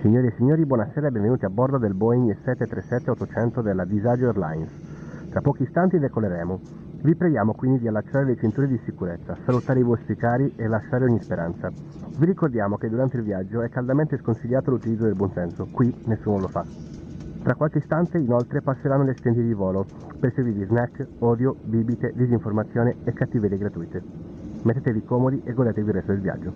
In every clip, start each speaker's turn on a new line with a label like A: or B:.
A: Signore e signori, buonasera e benvenuti a bordo del Boeing 737-800 della Disagio Airlines. Tra pochi istanti decoleremo. Vi preghiamo quindi di allacciare le cinture di sicurezza, salutare i vostri cari e lasciare ogni speranza. Vi ricordiamo che durante il viaggio è caldamente sconsigliato l'utilizzo del buonsenso, qui nessuno lo fa. Tra qualche istante inoltre passeranno le stenti di volo per servirvi snack, odio, bibite, disinformazione e cattiverie gratuite. Mettetevi comodi e godetevi il resto del viaggio.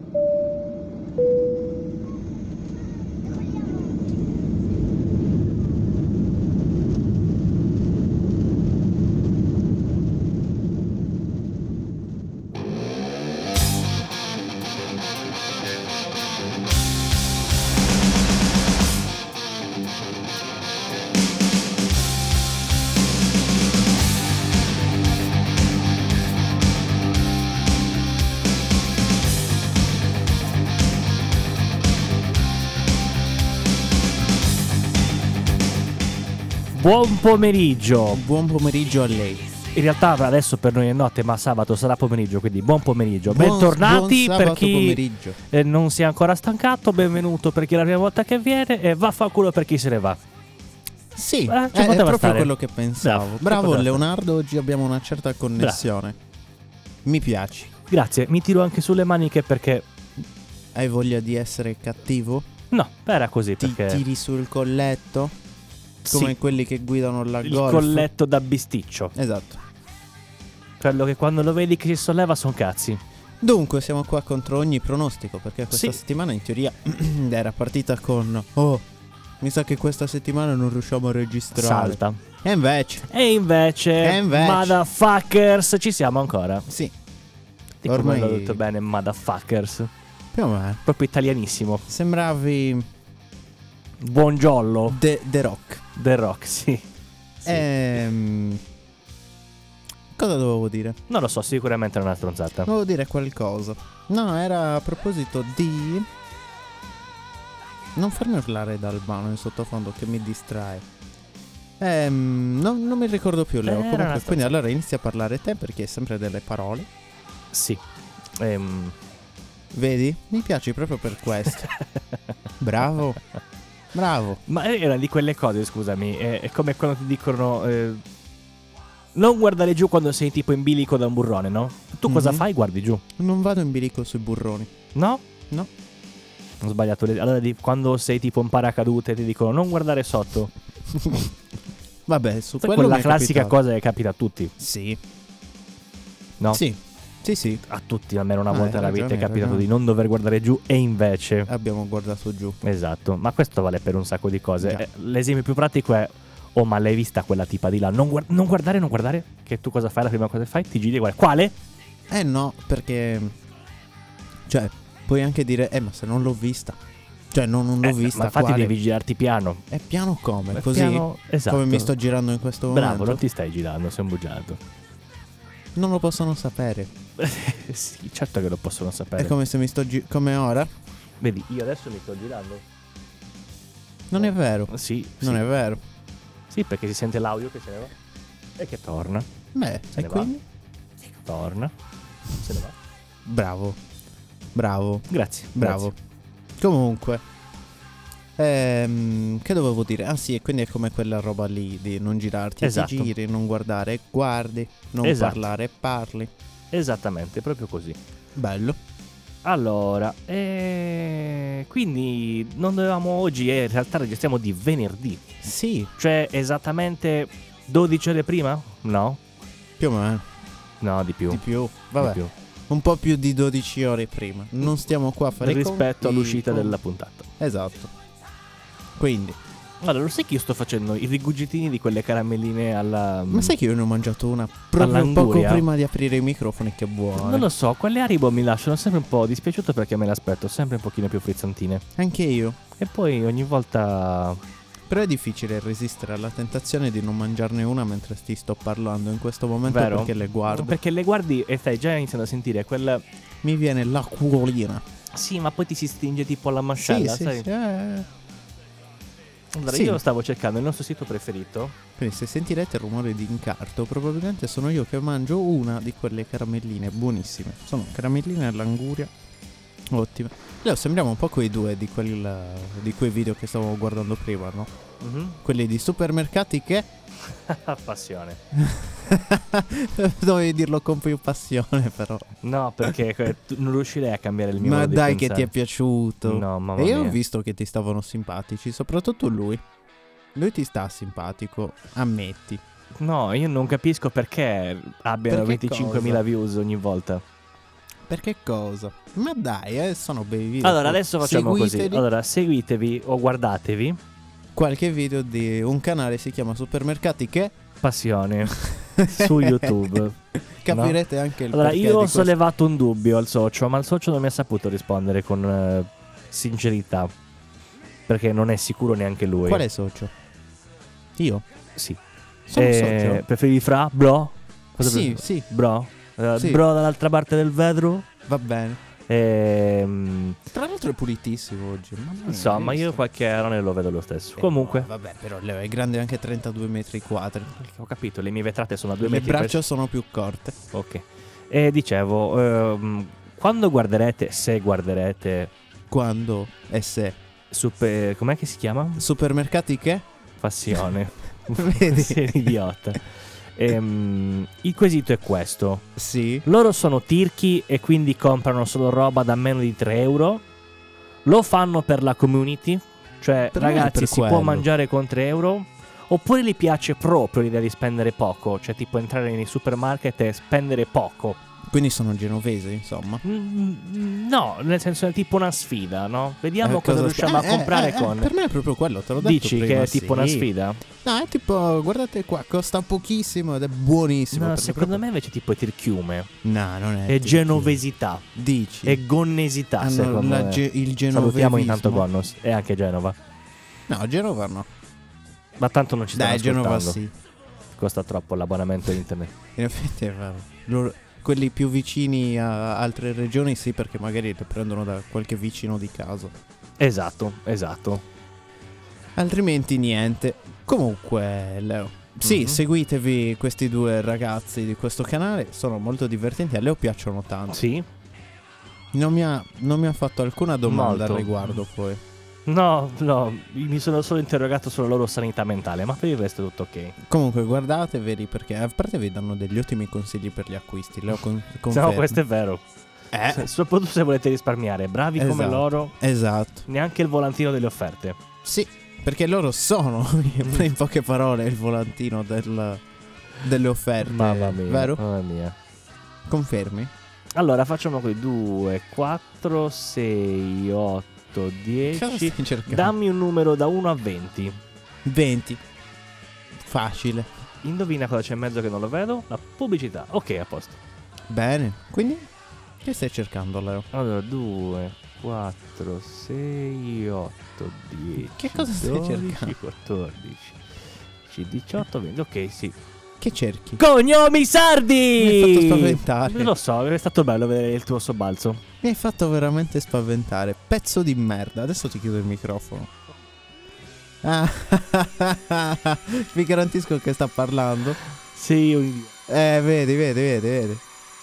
B: Buon pomeriggio!
C: Buon pomeriggio a lei.
B: In realtà adesso per noi è notte, ma sabato sarà pomeriggio, quindi buon pomeriggio.
C: Buon-
B: Bentornati
C: buon
B: per
C: sabato
B: chi
C: pomeriggio.
B: eh, non si è ancora stancato, benvenuto per chi è la prima volta che viene e vaffanculo per chi se ne va.
C: Sì,
B: Eh, ci
C: è, è
B: poteva
C: proprio
B: stare.
C: quello che pensavo.
B: Bravo, ci
C: Bravo
B: poteva
C: Leonardo, oggi abbiamo una certa connessione. Mi piaci.
B: Grazie, mi tiro anche sulle maniche perché...
C: Hai voglia di essere cattivo?
B: No, era così
C: Ti
B: perché...
C: tiri sul colletto?
B: Sì,
C: Come quelli che guidano la
B: il
C: golf.
B: colletto da bisticcio.
C: Esatto.
B: Quello che quando lo vedi che si solleva son cazzi.
C: Dunque, siamo qua contro ogni pronostico perché questa
B: Sì.
C: settimana in teoria era partita con Oh, mi sa che questa settimana non riusciamo a registrare.
B: Salta.
C: E invece,
B: E invece,
C: E invece.
B: motherfuckers, ci siamo ancora.
C: sì,
B: Dico Ormai...
C: Ormai-
B: l'ho detto bene, motherfuckers.
C: più o meno.
B: Proprio italianissimo.
C: Sembravi
B: Buongiorno.
C: The, The Rock.
B: The Rock, sì. Sì.
C: Ehm, cosa dovevo dire?
B: Non lo so, sicuramente è una stronzata.
C: Dovevo dire qualcosa. No, era a proposito di. Non farmi urlare dal mano in sottofondo che mi distrae. Ehm, no- non mi ricordo più,
B: Eh, Era
C: Leo.
B: una
C: Comunque,
B: stronzata.
C: quindi allora inizia a parlare te perché è sempre delle parole.
B: Sì. Ehm,
C: Vedi? Mi piaci proprio per questo. Bravo. Bravo.
B: ma era di quelle cose, scusami. È, è come quando ti dicono... eh, non guardare giù quando sei tipo in bilico da un burrone, no? Tu cosa
C: Mhm.
B: fai? Guardi giù.
C: Non vado in bilico sui burroni.
B: No?
C: No.
B: Ho sbagliato. le- Allora, di- quando sei tipo un paracadute ti dicono non guardare sotto.
C: Vabbè, su
B: Sai
C: quello
B: quella
C: mi è
B: classica
C: capitato.
B: cosa che capita a tutti,
C: Sì.
B: no?
C: Sì. Sì, sì.
B: A tutti, almeno una
C: Ah,
B: volta
C: hai
B: nella vita è
C: ragione, hai
B: capitato di
C: ragione.
B: non dover guardare giù e invece...
C: Abbiamo guardato giù.
B: Esatto, ma questo vale per un sacco di cose.
C: Già.
B: Eh, L'esempio più pratico è: Oh, ma l'hai vista quella tipa di là? Non, guard- non guardare, non guardare. Che tu cosa fai? La prima cosa che fai? Ti giri e guardi. Quale?
C: Eh no, perché... Cioè, puoi anche dire, eh ma se non l'ho vista. Cioè, no, non l'ho
B: Eh,
C: vista.
B: ma infatti
C: quale?
B: devi girarti piano.
C: È piano come?
B: È
C: Così?
B: piano- esatto.
C: Come mi sto girando in questo
B: Bravo, non
C: momento?
B: ti stai girando, sei un bugiardo.
C: Non lo possono sapere.
B: sì, certo che lo possono sapere.
C: È come se mi sto girando... Come ora?
B: Vedi, io adesso mi sto girando.
C: Non è vero.
B: Sì,
C: Non
B: sì.
C: è vero.
B: Sì, perché si sente l'audio che se ne va. E che torna,
C: Beh,
B: Se ne
C: e
B: va.
C: quindi?
B: torna, se ne va.
C: Bravo. Bravo.
B: Grazie,
C: Bravo.
B: grazie.
C: Comunque. Ehm, che dovevo dire? Ah sì, e quindi è come quella roba lì di non girarti,
B: Esatto.
C: ti giri, non guardare, guardi, non
B: Esatto.
C: parlare, parli.
B: Esattamente, proprio così.
C: Bello.
B: Allora, eh, quindi non dovevamo oggi, eh, in realtà registriamo di venerdì,
C: Sì,
B: cioè esattamente 12 ore prima? No,
C: più o meno,
B: no, di più.
C: di più. Vabbè,
B: di più.
C: un po' più di 12 ore prima. Non stiamo qua a fare
B: rispetto
C: conti,
B: all'uscita
C: con-
B: della puntata.
C: Esatto. Quindi,
B: Allora, lo sai che io sto facendo i rigugitini di quelle caramelline alla...
C: ma sai che io ne ho mangiato una proprio poco
B: All'anguria?
C: prima di aprire i microfoni che buono.
B: mm,
C: eh.
B: Non lo so, quelle Haribo mi lasciano sempre un po' dispiaciuto perché me le aspetto sempre un pochino più frizzantine.
C: Anche io.
B: E poi ogni volta...
C: Però è difficile resistere alla tentazione di non mangiarne una mentre ti sto parlando in questo momento
B: Vero?
C: perché le guardo.
B: Perché le guardi e stai già iniziando a sentire quel...
C: Mi viene l'acquolina.
B: Sì, ma poi ti si stinge tipo alla
C: Sì,
B: mascella,
C: sì,
B: sai?
C: sì, eh.
B: Allora,
C: Sì.
B: io stavo cercando il nostro sito preferito.
C: Quindi se sentirete il rumore di incarto, probabilmente sono io che mangio una di quelle caramelline buonissime. Sono caramelline all'anguria. Ottime. Leo, sembriamo un po' quei due di, quel, di quei video che stavo guardando prima, no?
B: Mhm.
C: Quelli di supermercati che...
B: Passione.
C: Dovevi dirlo con più passione, però.
B: No, perché que- tu- non riuscirei a cambiare il mio
C: Ma
B: modo di
C: dai che ti
B: pensare.
C: è piaciuto.
B: No, mamma
C: e io ho
B: mia.
C: visto che ti stavano simpatici, soprattutto lui. Lui ti sta simpatico, ammetti.
B: No, io non capisco perché abbiano
C: Perché
B: 25.000
C: cosa?
B: views ogni volta.
C: Perché cosa? Ma dai, eh, sono bei video.
B: Allora, adesso facciamo
C: Seguiteli.
B: così. Allora, seguitevi o guardatevi.
C: Qualche video di un canale si chiama Supermercati che
B: Passione su YouTube.
C: capirete anche il
B: Allora,
C: perché
B: io
C: di
B: ho
C: questo.
B: sollevato un dubbio al socio, ma il socio non mi ha saputo rispondere con eh, sincerità. Perché non è sicuro neanche lui.
C: Quale socio? Io?
B: Sì.
C: Sono
B: Eh,
C: socio?
B: Preferivi fra? Bro? Cosa
C: Sì,
B: preferi-
C: sì,
B: Bro? Eh,
C: Sì.
B: Bro dall'altra parte del vetro?
C: va bene.
B: Ehm,
C: Tra l'altro è pulitissimo oggi. mamma mia,
B: insomma,
C: hai
B: io
C: visto?
B: qualche erone lo vedo lo stesso.
C: Eh,
B: Comunque,
C: no, vabbè, però Leo è grande anche 32 metri quadri.
B: ho capito, le mie vetrate sono a due
C: Le
B: metri.
C: braccia sono più corte.
B: Ok. E dicevo, ehm, quando guarderete, se guarderete,
C: Quando e se
B: super, com'è che si chiama?
C: supermercati che?
B: Passione.
C: Vedi?
B: Sei un idiota. Ehm, il quesito è questo.
C: Sì.
B: Loro sono tirchi e quindi comprano solo roba da meno di 3 euro. Lo fanno per la community. Cioè,
C: Per me è
B: ragazzi,
C: per
B: si
C: quello.
B: può mangiare con 3 euro. Oppure gli piace proprio l'idea di spendere poco. Cioè, tipo entrare nei supermarket e spendere poco.
C: Quindi sono genovese, insomma.
B: Mm, No, nel senso è tipo una sfida, no? Vediamo
C: Eh,
B: cosa,
C: sta-
B: riusciamo
C: eh,
B: a
C: eh,
B: comprare
C: eh, eh,
B: con.
C: Per me è proprio quello, te l'ho detto
B: Dici
C: prima,
B: che è tipo
C: sì.
B: una sfida?
C: No, è tipo, guardate qua, costa pochissimo ed è buonissimo.
B: No,
C: perché
B: secondo
C: proprio-
B: me invece tipo è
C: Eh,
B: tirchiume.
C: No, non è.
B: È
C: tipo-
B: genovesità.
C: Dici.
B: È gonnesità,
C: Hanno
B: secondo
C: la
B: me.
C: ge- il genovevismo.
B: Salutiamo intanto Gonnos e anche Genova.
C: No, Genova no.
B: Ma tanto non ci stanno
C: Dai, Genova
B: ascoltando.
C: sì.
B: Costa troppo l'abbonamento internet.
C: In effetti è vero. Loro- quelli più vicini a altre regioni sì, perché magari le prendono da qualche vicino di casa.
B: esatto, esatto.
C: Altrimenti niente. Comunque, Leo. Sì,
B: Mhm.
C: seguitevi questi due ragazzi di questo canale, sono molto divertenti, a Leo piacciono tanto.
B: Sì?
C: Non mi ha, non mi ha fatto alcuna domanda
B: Molto.
C: al riguardo poi.
B: No, no, mi sono solo interrogato sulla loro sanità mentale, ma per il resto è tutto ok.
C: Comunque guardateveli perché a parte vi danno degli ottimi consigli per gli acquisti, Leo con-
B: No,
C: conferma.
B: questo è vero.
C: Eh,
B: Se- Soprattutto se volete risparmiare, bravi come
C: Esatto.
B: loro,
C: esatto.
B: neanche il volantino delle offerte.
C: Sì, perché loro sono, in poche parole, il volantino del- delle offerte.
B: Mamma mia,
C: Vero?
B: mamma mia.
C: Confermi?
B: Allora, facciamo qui 2, 4, 6, 8,
C: Cosa
B: 10.
C: stai cercando?
B: Dammi un numero da 1 a 20.
C: 20. Facile.
B: Indovina cosa c'è in mezzo che non lo vedo? La pubblicità. Ok, a posto.
C: Bene. Quindi, che stai cercando, Leo?
B: Allora, 2, 4, 6, 8, 10.
C: Che cosa stai
B: 12,
C: cercando?
B: 14, 18, 20. Ok, sì.
C: Che cerchi?
B: Cognomi sardi!
C: Mi hai fatto spaventare.
B: Lo so, è stato bello vedere il tuo sobbalzo.
C: Mi hai fatto veramente spaventare. Pezzo di merda. Adesso ti chiudo il microfono. Ah, vi garantisco che sta parlando.
B: Sei un idiota.
C: Eh, vedi, vedi, vedi, vedi.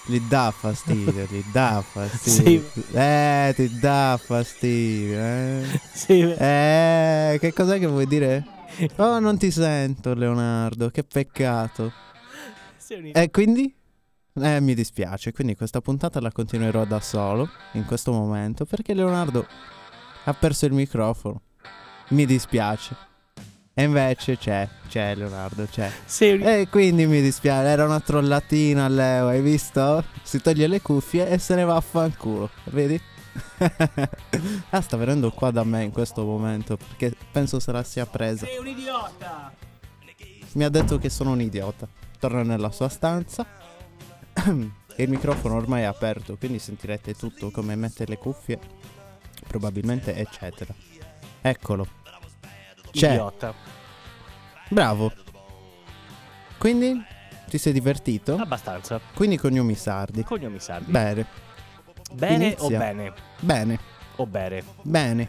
C: Gli dà fastidio, gli dà fastidio. Eh, ti dà fastidio. Eh.
B: Sei-
C: eh, che cos'è che vuoi dire? Oh, non ti sento, Leonardo. Che peccato.
B: sei un idiota.
C: E quindi? Eh, mi dispiace. Quindi questa puntata la continuerò da solo in questo momento perché Leonardo ha perso il microfono. Mi dispiace. E invece c'è, c'è Leonardo, c'è.
B: Sei un
C: E quindi mi dispiace, era una trollatina Leo, hai visto? Si toglie le cuffie e se ne va a fanculo, vedi? ah, sta venendo qua da me in questo momento perché penso se la sia presa.
B: Sei un idiota!
C: Mi ha detto che sono un idiota. Torna nella sua stanza. Il microfono ormai è aperto, quindi sentirete tutto come mette le cuffie, probabilmente, eccetera. Eccolo. C'è.
B: Idiota.
C: Bravo. Quindi ti sei divertito?
B: Abbastanza.
C: Quindi cognomi sardi.
B: Cognomi sardi.
C: Bene,
B: bene o
C: inizia.
B: bene?
C: bene,
B: O bere.
C: bene.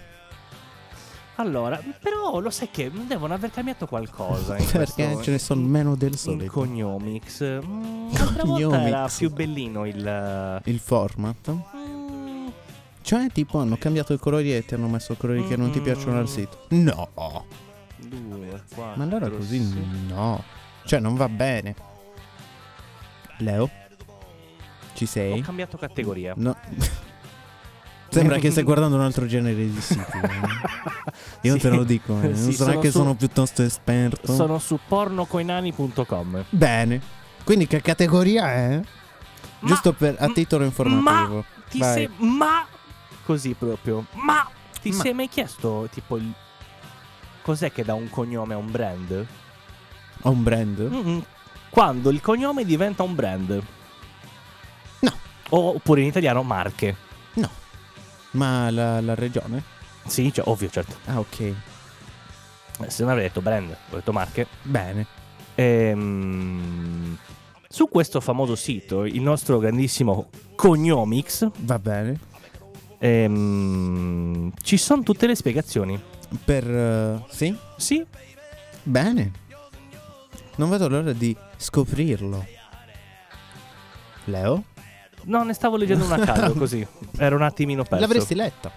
B: Allora, però lo sai che devono aver cambiato qualcosa in
C: Perché
B: questo-
C: ce ne sono meno del
B: in
C: solito.
B: Cognomix. Mm, L'altra volta era
C: Cognomix.
B: più bellino il...
C: Il format.
B: Mm,
C: Cioè, tipo, hanno cambiato i colori e ti hanno messo colori che non ti piacciono al sito. No!
D: Due, quattro,
C: Ma allora così
D: sì.
C: no. Cioè, non va bene. Leo? Ci
D: Ho
C: sei?
D: cambiato categoria.
C: No. Sembra che stai guardando un altro genere di siti. eh. Io
B: Sì.
C: te lo dico, eh. non
B: Sì,
C: so
B: sono
C: neanche
B: su-
C: sono piuttosto esperto.
B: Sono su pornocoinani.com.
C: Bene. Quindi che categoria è?
B: Ma-
C: Giusto per, a
B: m-
C: titolo informativo.
B: Ma ti
C: Vai.
B: sei. Ma. Così proprio. Ma. Ti
C: Ma-
B: sei mai chiesto, tipo. il- Cos'è che dà un cognome a un brand?
C: Ho un brand?
B: Mm-mm. Mm-hmm. Quando il cognome diventa un brand.
C: No.
B: O- Oppure in italiano marche.
C: No. Ma la, la regione?
B: Sì, cioè, ovvio, certo.
C: Ah, ok.
B: Eh, Se non avrei detto brand, ho detto marche.
C: Bene.
B: Ehm, su questo famoso sito, il nostro grandissimo Cognomics,
C: Va bene.
B: ehm, ci sono tutte le spiegazioni.
C: Per... eh, sì?
B: Sì,
C: Bene. Non vedo l'ora di scoprirlo. Leo?
B: no, ne stavo leggendo una a caso così. Era un attimino perso.
C: L'avresti letta.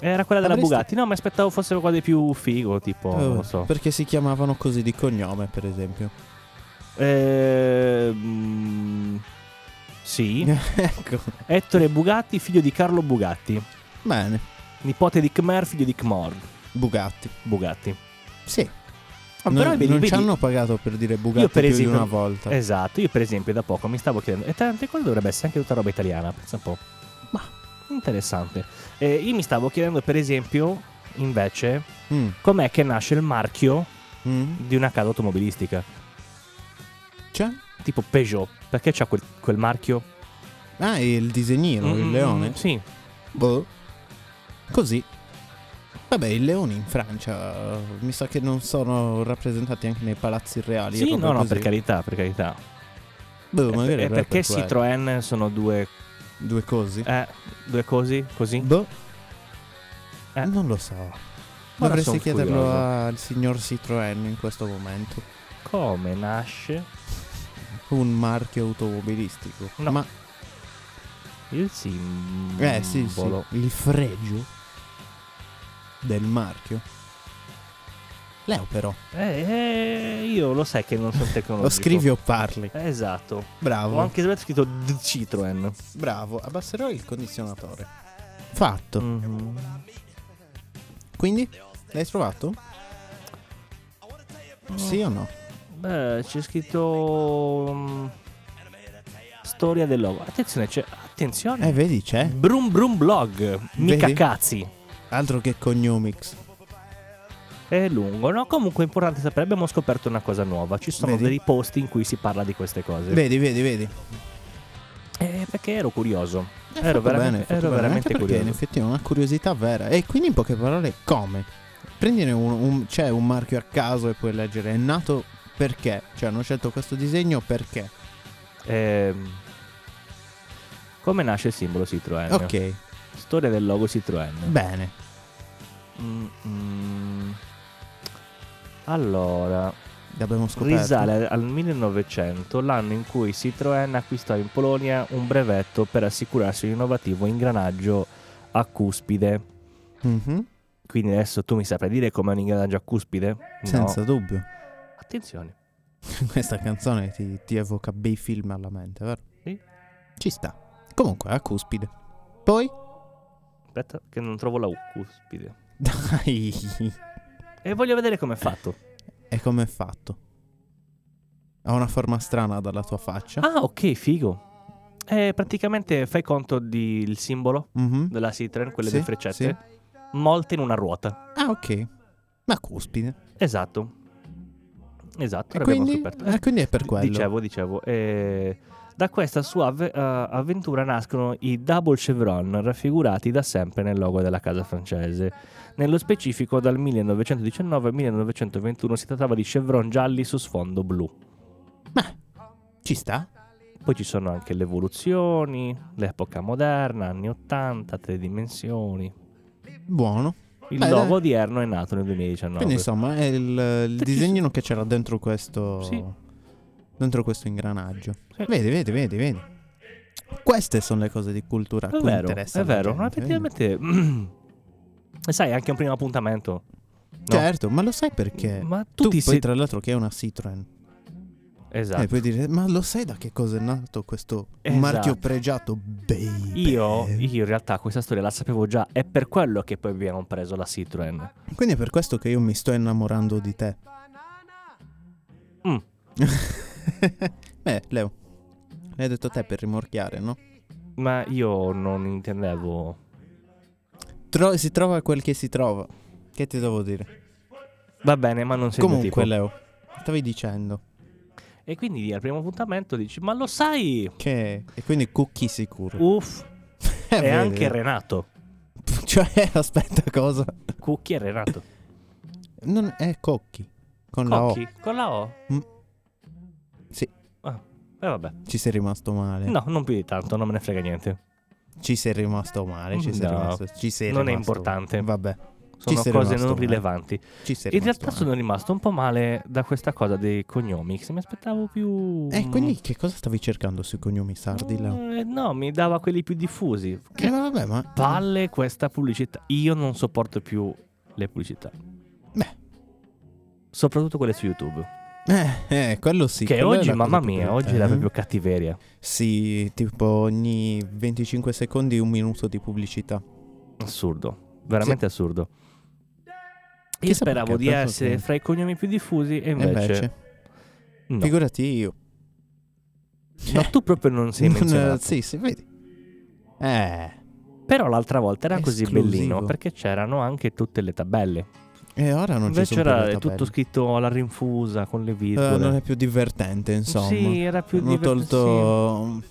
B: Era quella della
C: l'avresti-
B: Bugatti. No, mi aspettavo fossero cose più figo, tipo,
C: Eh,
B: Oh, non lo so.
C: Perché si chiamavano così di cognome, per esempio.
B: Ehm, sì.
C: ecco.
B: Ettore Bugatti, figlio di Carlo Bugatti.
C: Bene.
B: Nipote di Khmer, figlio di Khmor
C: Bugatti.
B: Bugatti.
C: Sì.
B: Ah,
C: non
B: però vedi-
C: non
B: vedi-
C: ci hanno pagato per dire Bugatti
B: Io, per
C: più
B: esempio-
C: di una volta.
B: Esatto, io per esempio da poco mi stavo chiedendo, e tra le altre cose dovrebbe essere anche tutta roba italiana, pensa un po'. Ma interessante. Eh, io mi stavo chiedendo per esempio, invece,
C: Mm,
B: com'è che nasce il marchio
C: mm.
B: di una casa automobilistica,
C: Cioè?
B: tipo Peugeot, perché c'ha quel, quel marchio?
C: Ah, il disegnino, il
B: Mm,
C: leone.
B: Sì,
C: Boh. Così. Vabbè, i leoni in Francia eh, mi sa che non sono rappresentati anche nei palazzi reali.
B: sì
C: Ah, è
B: no,
C: proprio
B: no,
C: così.
B: per carità, per carità.
C: Boh,
B: E
C: magari
B: per- e
C: era
B: Eh, perché
C: per quello.
B: Citroën sono due,
C: Due cosi?
B: eh, due cose così?
C: Boh.
B: Eh.
C: Non lo so. Dovresti
B: son
C: chiederlo
B: curioso.
C: al signor Citroën in questo momento.
B: Come nasce
C: Un marchio automobilistico.
B: No.
C: Ma
B: il simbolo?
C: eh sì, sì, il fregio del marchio. Leo però,
B: Eh, eh, io lo sai che non sono tecnologico.
C: lo Ah, scrivi o parli.
B: Eh, Esatto. Ho
C: Bravo.
B: anche sbagliato scritto D- Citroen.
C: Bravo, abbasserò il condizionatore. Fatto. Mm-hmm.
B: Mhm.
C: Quindi l'hai trovato? Sì o no?
B: Beh, c'è scritto. mm, storia del logo. Attenzione, c'è. Attenzione.
C: Eh, vedi, c'è.
B: Brum Brum Blog. Mica
C: Vedi?
B: cazzi.
C: Altro che cognomics.
B: È lungo, no? Comunque è importante sapere. Abbiamo scoperto una cosa nuova. Ci sono
C: Vedi?
B: dei posti in cui si parla di queste cose.
C: Vedi, vedi, vedi.
B: Eh, perché ero curioso.
C: Eh,
B: Ero
C: fatto bene,
B: veramente-
C: fatto
B: ero
C: bene,
B: veramente
C: anche perché
B: curioso.
C: in effetti è una curiosità vera. E quindi in poche parole, come? Prendine un, un- c'è un marchio a caso e puoi leggere. È nato perché? Cioè hanno scelto questo disegno perché?
B: Ehm, come nasce il simbolo Citroen?
C: Ok,
B: Storia del logo Citroen.
C: bene.
B: Mm, mm. Allora,
C: L'abbiamo scoperto.
B: risale al 1900, l'anno in cui Citroën acquistò in Polonia un brevetto per assicurarsi un innovativo ingranaggio a cuspide.
C: Mhm,
B: Quindi adesso tu mi saprai dire com'è un ingranaggio a cuspide?
C: Senza
B: No.
C: dubbio.
B: Attenzione.
C: Questa canzone ti, ti evoca bei film alla mente, vero?
B: Sì.
C: Ci sta. Comunque, a cuspide. Poi?
B: Aspetta che non trovo la U, cuspide.
C: Dai.
B: E voglio vedere com'è fatto.
C: E com'è fatto? Ha una forma strana dalla tua faccia.
B: Ah, ok, figo. Eh, praticamente fai conto del simbolo
C: Mhm.
B: Ah. della Citroën, quelle
C: Sì,
B: due freccette, molte in una ruota.
C: Ah, ok. Ma cuspide.
B: Esatto. Esatto,
C: E
B: l'abbiamo
C: quindi,
B: scoperto.
C: eh, quindi è per
B: D-
C: quello.
B: Dicevo, dicevo. eh, da questa sua avve- eh, avventura nascono i double chevron raffigurati da sempre nel logo della casa francese. Nello specifico dal 1919 al 1921 si trattava di chevron gialli su sfondo blu.
C: Ci sta?
B: Poi ci sono anche le evoluzioni, l'epoca moderna, anni 80, tre dimensioni.
C: Buono.
B: Il
C: Beh,
B: logo
C: dai.
B: odierno è nato nel 2019.
C: Quindi insomma è il, il
B: Sì,
C: disegnino che c'era dentro questo...
B: Sì.
C: Dentro questo ingranaggio.
B: Sì.
C: Vedi, vedi, vedi, vedi. Queste sono le cose di cultura
B: È
C: a cui
B: vero,
C: interessa
B: è
C: la
B: vero, ma
C: gente, quindi-
B: effettivamente... e sai, anche un primo appuntamento. no.
C: Certo, ma lo sai perché?
B: Ma tu,
C: tu
B: ti
C: poi
B: sei...
C: tra l'altro che è una Citroen
B: Esatto.
C: E puoi Eh, dire Ma lo sai da che cosa è nato questo
B: Esatto.
C: marchio pregiato baby
B: Io, io in realtà questa storia la sapevo già, è per quello che poi abbiamo preso la Citroen.
C: Quindi è per questo che io mi sto innamorando di te
B: Mm.
C: Beh Eh, Leo L'hai detto te per rimorchiare no?
B: Ma io non intendevo...
C: Tro- si trova quel che si trova Che ti devo dire?
B: Va bene, ma non sei il mio
C: Comunque
B: tipo.
C: Leo Stavi dicendo
B: E quindi al primo appuntamento dici, ma lo sai?
C: che E quindi cookie sicuro
B: Uff,
C: Eh,
B: è
C: vedi?
B: anche Renato.
C: Cioè aspetta cosa
B: Cucchi è Renato.
C: Non è cocchi Con la
B: Cocchi, con la O?
C: Mm. Sì. Eh.
B: Ah, e vabbè.
C: O Ci sei rimasto male
B: No, non più di tanto, non me ne frega niente.
C: Ci sei rimasto male, ci sei
B: No,
C: rimasto. Ci sei
B: non è
C: rimasto-
B: importante.
C: Vabbè,
B: Sono
C: sei
B: cose
C: rimasto
B: non
C: male.
B: rilevanti.
C: ci sei
B: In
C: rimasto
B: realtà sono rimasto un po' male da questa cosa dei cognomi. che Se mi aspettavo più.
C: male. Eh, quindi che cosa stavi cercando sui cognomi sardi? Leo?
B: Eh, no, mi dava quelli più diffusi.
C: Eh, ma vabbè, ma.
B: Palle questa pubblicità. Io non sopporto più le pubblicità.
C: Beh.
B: Soprattutto quelle su YouTube.
C: Eh, eh, quello sì.
B: che
C: quello è
B: oggi,
C: la cosa
B: mamma
C: più
B: mia,
C: brutta,
B: oggi era
C: eh.
B: proprio cattiveria.
C: Sì, tipo ogni 25 secondi un minuto di pubblicità.
B: Assurdo. Veramente assurdo. Io
C: Chissà
B: speravo
C: perché,
B: di
C: penso
B: essere
C: che-
B: fra i cognomi più diffusi e
C: E
B: invece.
C: invece,
B: no.
C: figurati io.
B: No, tu proprio non sei
C: Non-
B: menzionato.
C: Sì, sì, vedi. Eh,
B: Però l'altra volta era così
C: Esclusivo.
B: bellino perché c'erano anche tutte le tabelle.
C: e ora non ci
B: Invece
C: sono più
B: era
C: le
B: è
C: tabelle.
B: tutto scritto alla rinfusa con le
C: Eh,
B: virgole.
C: non è più divertente, insomma.
B: Sì, era più
C: Hanno
B: divertente,
C: tolto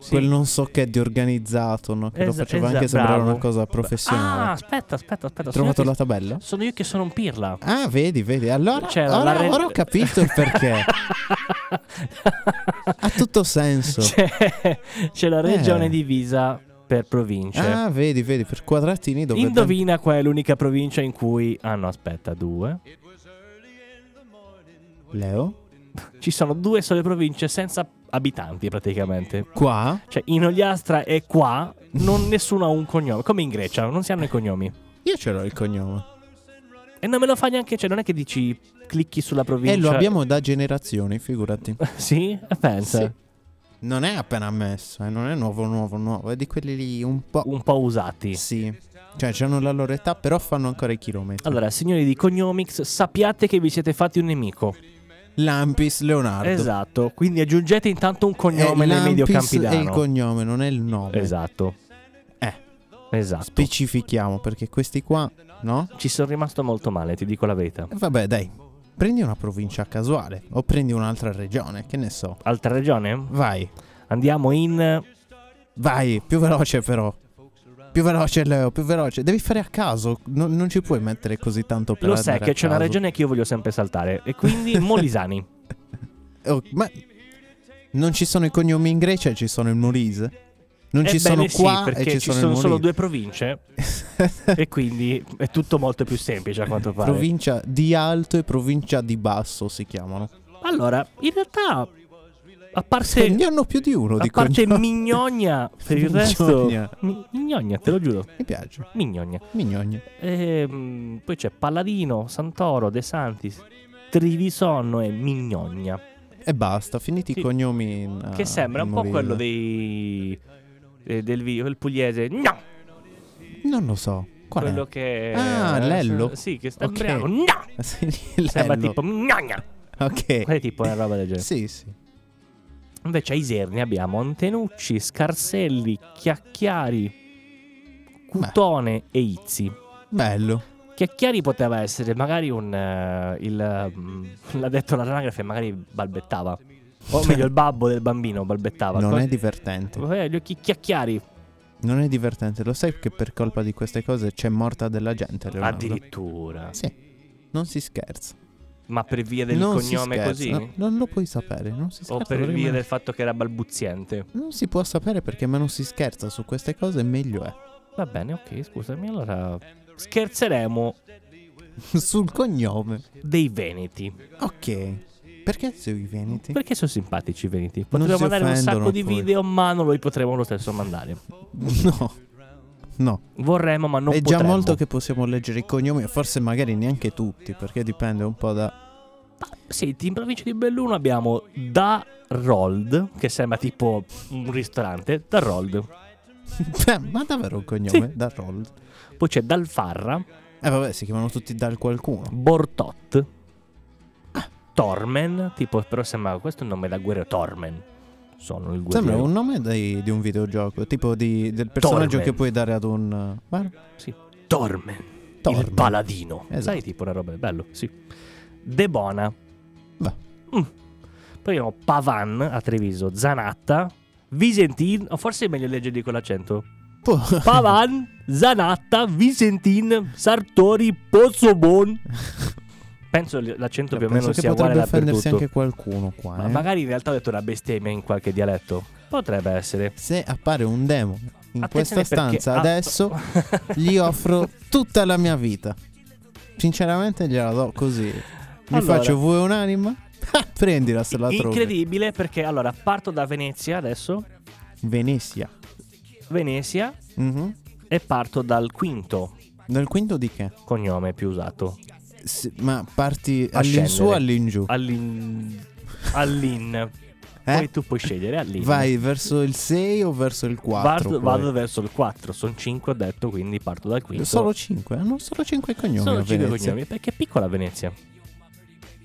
B: sì.
C: quel non so che di organizzato, no? Che lo
B: Esa-
C: faceva
B: esa-
C: anche sembrare
B: bravo.
C: una cosa
B: Ah,
C: professionale.
B: aspetta, aspetta, aspetta.
C: Hai
B: Sono io,
C: trovato
B: che,
C: la tabella?
B: sono io che sono un pirla.
C: Ah, vedi, vedi. Allora,
B: C'era
C: ora,
B: la re-
C: ora ho capito il perché. ha tutto senso.
B: c'è, c'è la regione
C: Eh.
B: divisa per province.
C: Ah, vedi, vedi, per quadratini dove...
B: Indovina qual è l'unica provincia in cui... Ah no, aspetta, due.
C: Leo?
B: Ci sono due sole province senza abitanti praticamente.
C: Qua?
B: Cioè, in Ogliastra e qua non nessuno ha un cognome. Come in Grecia, non si hanno i cognomi.
C: Io ce l'ho il cognome.
B: E non me lo fa neanche, cioè, non è che dici clicchi sulla provincia.
C: E Eh, lo abbiamo da generazioni, figurati.
B: Sì, Eh, pensa.
C: Sì. Non è appena ammesso, eh, non è nuovo, nuovo, nuovo. È di quelli lì un po'...
B: Un po' usati.
C: Sì. Cioè, hanno la loro età, però fanno ancora i chilometri.
B: Allora, signori di Cognomics, sappiate che vi siete fatti un nemico.
C: Lampis Leonardo.
B: Esatto. Quindi aggiungete intanto un
C: È
B: cognome nel
C: Eh, Lampis
B: mediocampidano.
C: è il cognome, non è il nome.
B: esatto.
C: Eh.
B: Esatto.
C: Specifichiamo perché questi qua, no?
B: Ci sono rimasto molto male, ti dico la verità.
C: Eh, Vabbè, dai. Prendi una provincia casuale o prendi un'altra regione, che ne so.
B: Altra regione?
C: Vai,
B: Andiamo in.
C: vai, più veloce però. Più veloce Leo, più veloce. Devi fare a caso, non- non ci puoi mettere così tanto per
B: Lo sai
C: andare
B: che
C: a
B: c'è una
C: caso.
B: regione che io voglio sempre saltare. E quindi Molisani.
C: Oh, ma non ci sono i cognomi in Grecia e ci sono il Molise? Non ci sono
B: Ebbene
C: qua
B: Eh, sì, perché
C: e ci,
B: ci
C: sono, il
B: solo
C: Molise?
B: due province e quindi è tutto molto più semplice a quanto pare.
C: Provincia di alto e provincia di basso si chiamano.
B: allora, in realtà, a parte,
C: Ne hanno più di uno
B: a
C: di
B: parte
C: cognome.
B: mignogna, per il resto...
C: Mignogna.
B: Mi- Mignogna, te lo giuro.
C: Mi piace.
B: Mignogna.
C: Mignogna.
B: Ehm, poi c'è Palladino, Santoro, De Santis, Trivisonno e Mignogna.
C: E basta, finiti
B: Sì.
C: i cognomi. in,
B: che
C: ah,
B: sembra
C: in
B: un po'
C: Molise.
B: quello dei... eh, del video, il pugliese... No!
C: Non lo so. Qual
B: Quello
C: è?
B: che... eh,
C: Ah, Lello?
B: Sì, che sta
C: Ok.
B: bravo. No!
C: Sì,
B: Sembra
C: Lello. Eh.
B: tipo... Mignogna!
C: Ok.
B: Quella è tipo una roba del genere.
C: Sì, sì.
B: Invece a Iserni abbiamo Antenucci, Scarselli, Chiacchiari, Cutone e Izzi.
C: Bello.
B: Ah, Chiacchiari poteva essere magari un. eh, il, mm, l'ha detto l'anagrafe, magari balbettava. O meglio, il babbo del bambino balbettava.
C: Non
B: Co-
C: è divertente.
B: Eh, gli occhi chiacchiari
C: Non è divertente. Lo sai che per colpa di queste cose c'è morta della gente, Leonardo?
B: addirittura.
C: Sì. Non si scherza.
B: Ma per via del
C: non si
B: cognome
C: scherza.
B: così?
C: No, non lo puoi sapere. Non si
B: O
C: scherza.
B: per
C: dovremmo-
B: via del fatto che era balbuziente?
C: Non si può sapere perché meno si scherza su queste cose meglio è.
B: Va bene, ok, scusami. Allora scherzeremo
C: Sul cognome.
B: dei Veneti.
C: Ok. Perché sui veneti?
B: Perché sono simpatici i veneti?
C: Non
B: Potremmo
C: si
B: mandare un
C: offendono,
B: sacco di
C: poi.
B: video, ma non li potremo lo stesso mandare.
C: No. No,
B: Vorremmo, ma non
C: è già
B: potremmo.
C: molto che possiamo leggere i cognomi e forse magari neanche tutti, perché dipende un po' da...
B: Ah, Senti, in provincia di Belluno abbiamo Da Rold, che sembra tipo un ristorante, Da Rold.
C: Beh, Ma davvero un cognome? Da Rold.
B: Poi c'è Dal Farra,
C: Eh vabbè, si chiamano tutti dal qualcuno.
B: Bortot, Tormen, tipo però sembra questo è un nome da guerriero Tormen. Sono il guerriero.
C: Sembra un nome dei- di un videogioco, tipo di- del personaggio
B: Torment.
C: che puoi dare ad un... eh, Guarda,
B: Sì. Tormen, il
C: Torment.
B: paladino.
C: Esatto.
B: Sai tipo una roba bello, sì. Debona.
C: Beh.
B: Mm. Poi abbiamo Pavan a Treviso, Zanatta, Visentin, o forse è meglio leggerli con l'accento.
C: Puh.
B: Pavan, Zanatta, Visentin, Sartori, Pozzobon. Penso l- l'accento più o
C: Cioè, Penso
B: meno
C: che
B: sia uguale
C: potrebbe offendersi
B: dappertutto.
C: anche qualcuno qua.
B: Ma
C: eh.
B: magari in realtà ho detto una bestemmia in qualche dialetto. Potrebbe essere.
C: Se appare un demone in
B: Attenzione
C: questa stanza
B: perché- ah,
C: adesso, gli offro tutta la mia vita. Sinceramente gliela do così. Mi
B: Allora.
C: faccio vuoi un'anima? Ah, Prendila se la trovi.
B: Incredibile perché allora parto da Venezia adesso,
C: Venezia.
B: Venezia
C: Mhm.
B: e parto dal quinto
C: Nel quinto di che?
B: cognome più usato.
C: S- ma parti
B: A
C: all'insù o
B: scendere.
C: all'ingiù?
B: All'in... All'in. Poi tu puoi scegliere all'in.
C: Eh? Vai verso il 6 o verso il 4?
B: Vado, vado verso il 4, sono 5 ho detto, quindi parto dal quinto.
C: Solo 5? Hanno solo 5 cognomi.
B: Sono
C: a
B: cinque
C: Venezia.
B: cognomi, perché è piccola Venezia.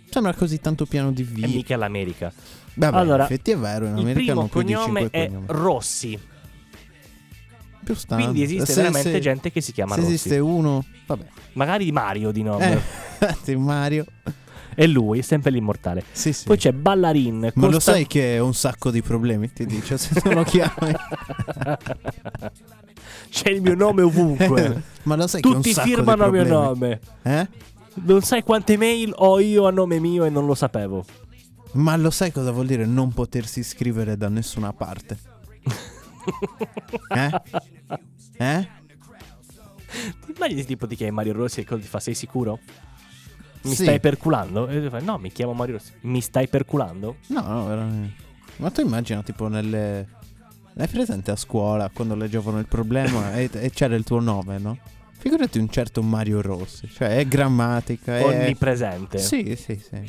C: Sembra così tanto piano di
B: È
C: via.
B: mica l'America.
C: Vabbè,
B: Allora,
C: in effetti è vero, in
B: il
C: America
B: primo
C: non più di
B: cognome
C: 5
B: è
C: cognomi.
B: Rossi.
C: Più stanno.
B: Quindi esiste
C: Se-
B: veramente
C: se-
B: gente che si chiama
C: Se
B: Rossi.
C: esiste uno, vabbè.
B: Magari Mario di nome.
C: Eh, sì, Mario.
B: E lui, sempre l'immortale.
C: Sì, sì.
B: Poi c'è Ballarin.
C: Ma lo
B: Costa-
C: sai che ho un sacco di problemi, ti dice, se non lo chiami.
B: c'è il mio nome ovunque.
C: Ma lo sai
B: Tutti
C: che ho un sacco di
B: firmano il mio nome.
C: problemi? Eh?
B: Non sai quante mail ho io a nome mio e non lo sapevo.
C: Ma lo sai cosa vuol dire non potersi iscrivere da nessuna parte? Eh? Eh?
B: Ti immagini tipo ti chiami Mario Rossi e cosa ti fa? Sei sicuro? Mi
C: Sì.
B: stai perculando? E lui fa, no, mi chiamo Mario Rossi. Mi stai perculando?
C: No, no, veramente. Ma tu immagina tipo nelle... L'hai presente a scuola quando leggevano il problema e, e c'era il tuo nome, no? Figurati un certo Mario Rossi, cioè è grammatica, è...
B: Onnipresente.
C: Eh. Sì, sì, sì.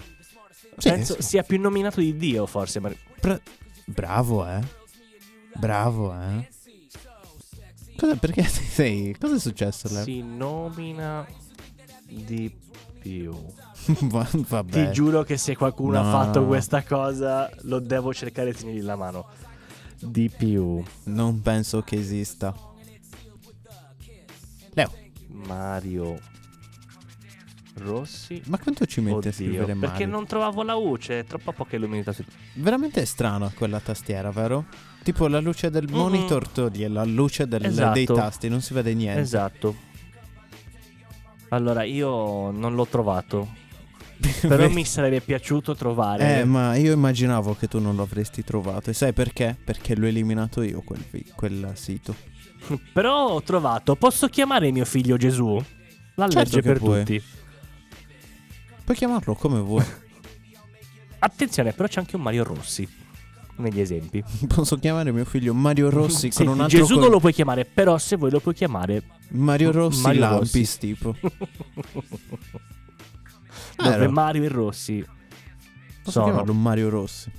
C: Sì,
B: Penso
C: sì.
B: sia più nominato di Dio, forse. Mario-
C: Pra- Bravo, eh. Bravo, eh. Cosa, perché ti sei... Cosa è successo? Leo?
B: Si nomina di più.
C: Va- Vabbè.
B: Ti giuro che se qualcuno
C: No.
B: ha fatto questa cosa, lo devo cercare e tenergli la mano. Di più.
C: Non penso che esista. Leo,
B: Mario Rossi.
C: ma quanto ci metti a
B: Oddio,
C: scrivere
B: perché
C: Mario?
B: non trovavo la U, c'è troppa poca illuminità. su-
C: Veramente è strana quella tastiera, vero? Tipo la luce del monitor toglie la luce del-
B: Esatto.
C: dei tasti, non si vede niente.
B: Esatto. Allora, io non l'ho trovato, Esatto. però mi sarebbe piaciuto trovare.
C: Eh, ma io immaginavo che tu non lo avresti trovato. E sai perché? Perché l'ho eliminato io quel, vi- quel sito.
B: Però ho trovato, posso chiamare mio figlio Gesù? La
C: Certo
B: legge
C: che
B: per
C: puoi.
B: tutti.
C: Puoi chiamarlo come vuoi.
B: Attenzione, però c'è anche un Mario Rossi negli esempi.
C: Posso chiamare mio figlio Mario Rossi
B: Senti,
C: con un altro
B: Gesù
C: co-
B: non lo puoi chiamare, però se vuoi lo puoi chiamare.
C: Mario Rossi
B: Mario
C: Lampis
B: Rossi.
C: tipo.
B: Dove
C: Vero.
B: Mario e Rossi
C: Posso
B: Ah, sono.
C: chiamarlo Mario Rossi.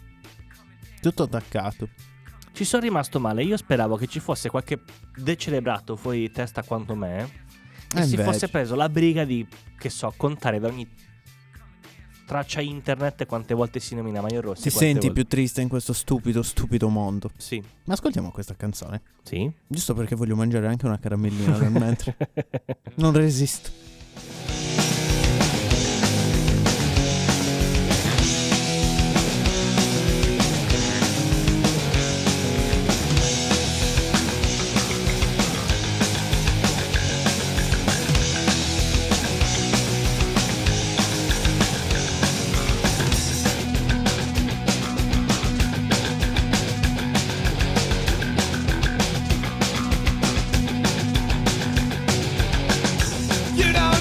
C: Tutto attaccato.
B: Ci sono rimasto male. Io speravo che ci fosse qualche decelebrato fuori di testa quanto me. E
C: Eh,
B: si
C: invece.
B: fosse preso la briga di, che so, contare da ogni traccia internet quante volte si nomina Mario Rossi.
C: Ti
B: quante
C: senti
B: volte-
C: più triste in questo stupido, stupido mondo.
B: Sì.
C: Ma ascoltiamo questa canzone.
B: Sì.
C: Giusto perché voglio mangiare anche una caramellina nel mentre. Non resisto.
E: You know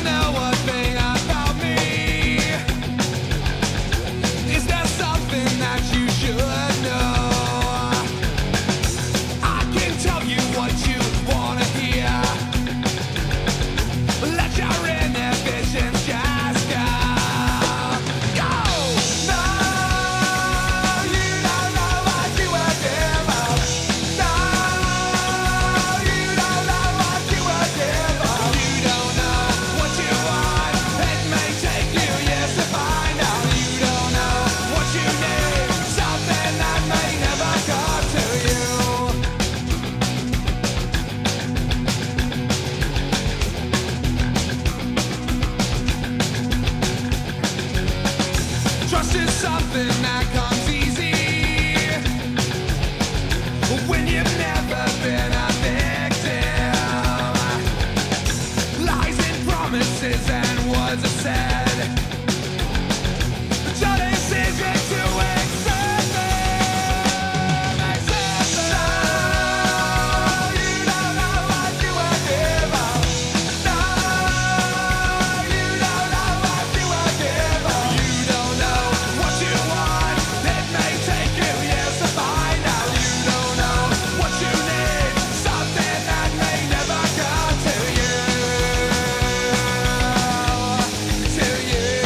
E: something that comes easy when you've never been a victim. Lies and promises and words are said. Jealous is meant to excel. Excel. You don't know what you are given. You don't know what you are given. You don't know what you want. It may take you years to find out. You don't know what you need. Something that may never come to you. To you.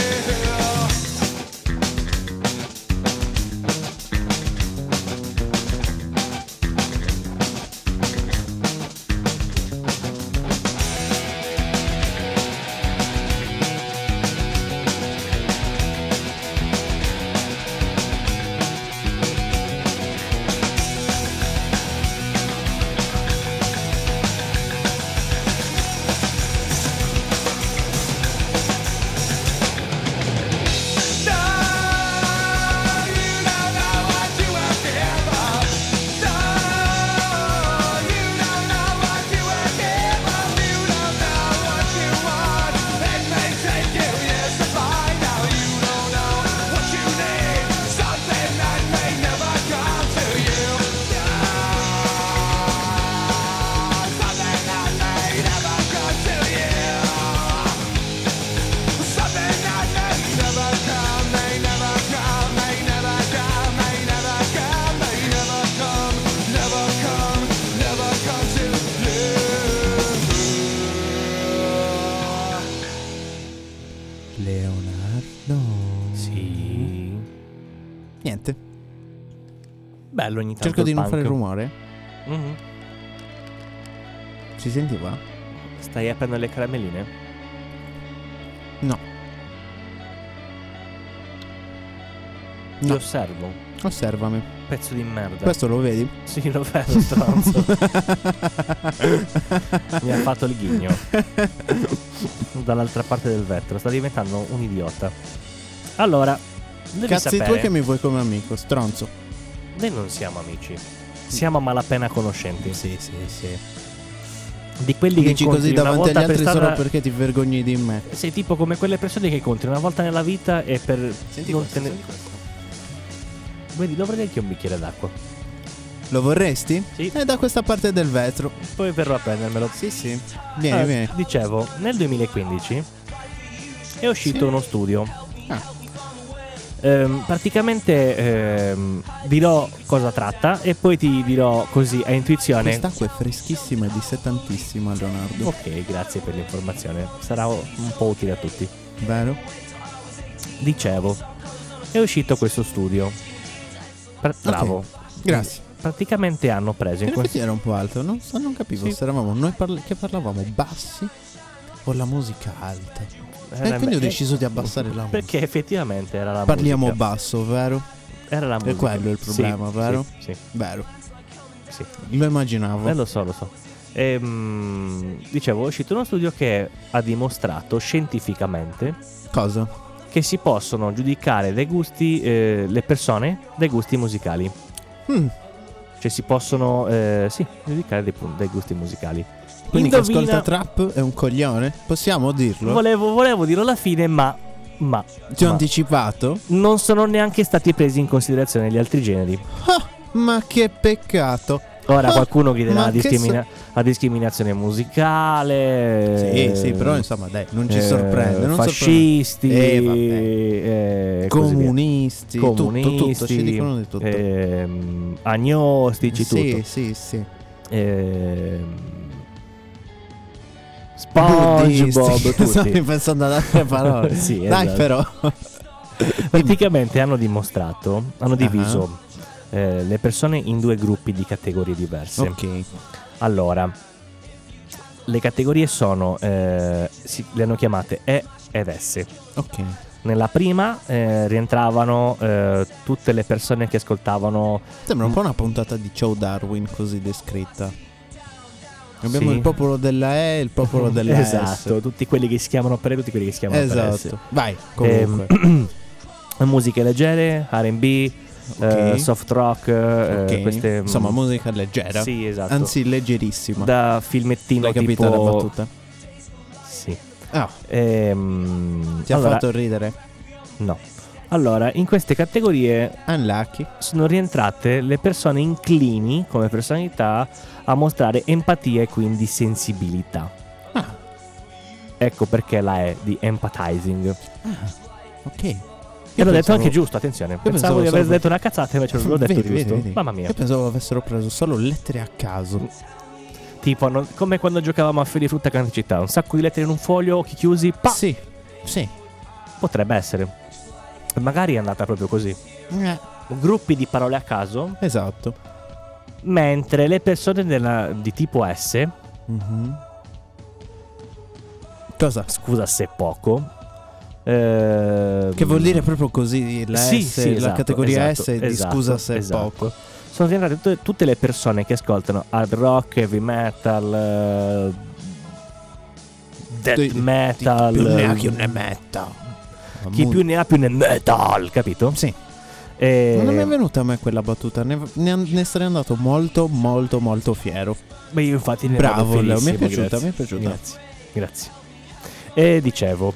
E: No, you don't know what you are capable. No, you don't know what you are capable. You don't know what you want. It may take you years to find out. You don't know what you need. Something that may never come to you. Something that may never come to you. Something that may never come, may never come, may never come, may never come, may never come, never come, never come to you.
C: Leonardo.
B: Sì.
C: Niente.
B: Bello ogni tanto.
C: Cerco
B: il
C: di non
B: punk.
C: fare rumore.
B: Mhm.
C: Si sentiva?
B: Stai aprendo le caramelline?
C: No.
B: Ti
C: No.
B: osservo.
C: Osservami.
B: Pezzo di merda.
C: Questo lo vedi?
B: Sì, lo vedo, stronzo. Mi ha fatto il ghigno. Dall'altra parte del vetro. Sta diventando un idiota. Allora, devi
C: Cazzi
B: sapere,
C: tu che mi vuoi come amico, stronzo.
B: noi non siamo amici. Siamo a malapena conoscenti.
C: Sì, sì, sì.
B: Di quelli che
C: Dici
B: incontri
C: così
B: una
C: davanti agli
B: volta per
C: altri solo
B: strada...
C: perché ti vergogni di me.
B: Sei tipo come quelle persone che incontri una volta nella vita e per... non te ne- Vedi, dovrei anche un bicchiere d'acqua.
C: Lo vorresti?
B: Sì.
C: È da questa parte del vetro.
B: Poi verrò a prendermelo.
C: Sì, sì. Vieni,
B: Ah,
C: vieni.
B: Dicevo, nel 2015 è uscito
C: Sì.
B: uno studio.
C: Ah.
B: Ehm, praticamente ehm, dirò cosa tratta e poi ti dirò così a intuizione.
C: Quest'acqua è freschissima e di settantissima, Leonardo.
B: Ok, grazie per l'informazione, sarà un po' utile a tutti.
C: Vero?
B: Dicevo, è uscito questo studio. Pra- bravo.
C: Grazie.
B: Praticamente hanno preso in
C: In
B: questo...
C: effetti era un po' alto, non, so- non capivo
B: Sì.
C: se eravamo noi parla- che parlavamo bassi o la musica alta. e eh, quindi ho deciso di abbassare la musica.
B: Perché effettivamente era la
C: Parliamo
B: musica.
C: basso, vero?
B: Era la musica.
C: quello il
B: Sì,
C: problema,
B: sì,
C: vero?
B: Sì,
C: Vero.
B: sì.
C: Lo immaginavo.
B: Eh, lo so, lo so. Ehm, dicevo, è uscito uno studio che ha dimostrato scientificamente
C: Cosa?
B: che si possono giudicare dei gusti, eh, le persone, dai gusti musicali.
C: Mm,
B: Cioè si possono, eh, sì, giudicare dei, pun- dai gusti musicali.
C: Quindi chi
B: Indovina-
C: ascolta trap è un coglione? Possiamo dirlo?
B: volevo, volevo dirlo alla fine, ma, ma,
C: Ti ho
B: ma
C: anticipato?
B: non sono neanche stati presi in considerazione gli altri generi.
C: Ah, ma che peccato.
B: Ora
C: Ah,
B: qualcuno chiederà
C: ma
B: la,
C: che
B: discrimina- la discriminazione musicale.
C: Sì,
B: eh,
C: sì, però insomma dai, non ci
B: eh,
C: sorprende. Non
B: fascisti,
C: sorprende. Eh, vabbè.
B: eh, così via.
C: Comunisti,
B: comunisti,
C: tutto, tutto, ci dicono di tutto.
B: ehm, agnostici,
C: sì,
B: tutto.
C: sì, sì.
B: Ehm, SpongeBob,
C: Buddhisti. Stavo
B: tutti. Esatto.
C: pensando ad altre parole.
B: Sì,
C: Dai,
B: esatto.
C: però.
B: Praticamente hanno dimostrato, hanno diviso eh, le persone in due gruppi di categorie diverse.
C: Ok.
B: Allora, le categorie sono, eh, sì, le hanno chiamate E ed S.
C: Ok.
B: Nella prima eh, rientravano eh, tutte le persone che ascoltavano
C: Sembra un po' una puntata di Ciao Darwin così descritta. Abbiamo
B: Sì.
C: il popolo della E e il popolo della
B: Esatto,
C: S.
B: Ehm, tutti quelli che si chiamano per E, tutti quelli che si chiamano per S.
C: Esatto. Vai, comunque.
B: Ehm, musiche leggere, RB, eh,
C: Ok.
B: soft rock, eh,
C: Ok.
B: queste, mm,
C: Insomma, musica leggera.
B: Sì, esatto.
C: Anzi, leggerissima.
B: da filmettino
C: L'hai capita la
B: tipo
C: battuta?
B: Sì.
C: Ah,
B: Ehm,
C: ti ha
B: allora,
C: fatto ridere.
B: No. Allora, in queste categorie
C: Unlucky.
B: sono rientrate le persone inclini come personalità a mostrare empatia e quindi sensibilità.
C: Ah.
B: Ecco perché la E di empathizing.
C: Ah, Ok. Io
B: e l'ho detto
C: pensavo-
B: anche giusto, attenzione.
C: pensavo
B: Pensavo di aver
C: solo-
B: detto una cazzata, invece Cioè, l'ho detto
C: Vedi,
B: giusto.
C: vedi, vedi.
B: Mamma mia.
C: Io pensavo avessero preso solo lettere a caso.
B: Tipo, non- come quando giocavamo a fiori frutta canticità, un sacco di lettere in un foglio, occhi chiusi, pa!
C: Sì. Sì.
B: Potrebbe essere. Magari è andata proprio così.
C: Eh,
B: Gruppi di parole a caso,
C: esatto.
B: mentre le persone della- di tipo S,
C: Mhm. Cosa?
B: scusa se poco, ehm,
C: Che vuol dire proprio così la
B: Sì,
C: S,
B: sì,
C: la
B: esatto,
C: categoria
B: esatto,
C: S di
B: esatto,
C: scusa se è
B: esatto.
C: poco.
B: Sono diventate tutte, tutte le persone che ascoltano hard rock, heavy metal, eh,
C: Di-
B: death
C: di-
B: metal, eh,
C: Più ne ha chi ne metta.
B: chi più ne ha più ne metal, capito? Eh,
C: Sì.
B: E-
C: Non è mai venuta a me quella battuta, ne, ne- ne sarei andato molto molto molto fiero.
B: Beh, io infatti ne
C: Bravo,
B: vado
C: Leo, mi è
B: felicissimo,
C: piaciuta,
B: grazie.
C: mi è piaciuta.
B: Grazie, grazie. E dicevo,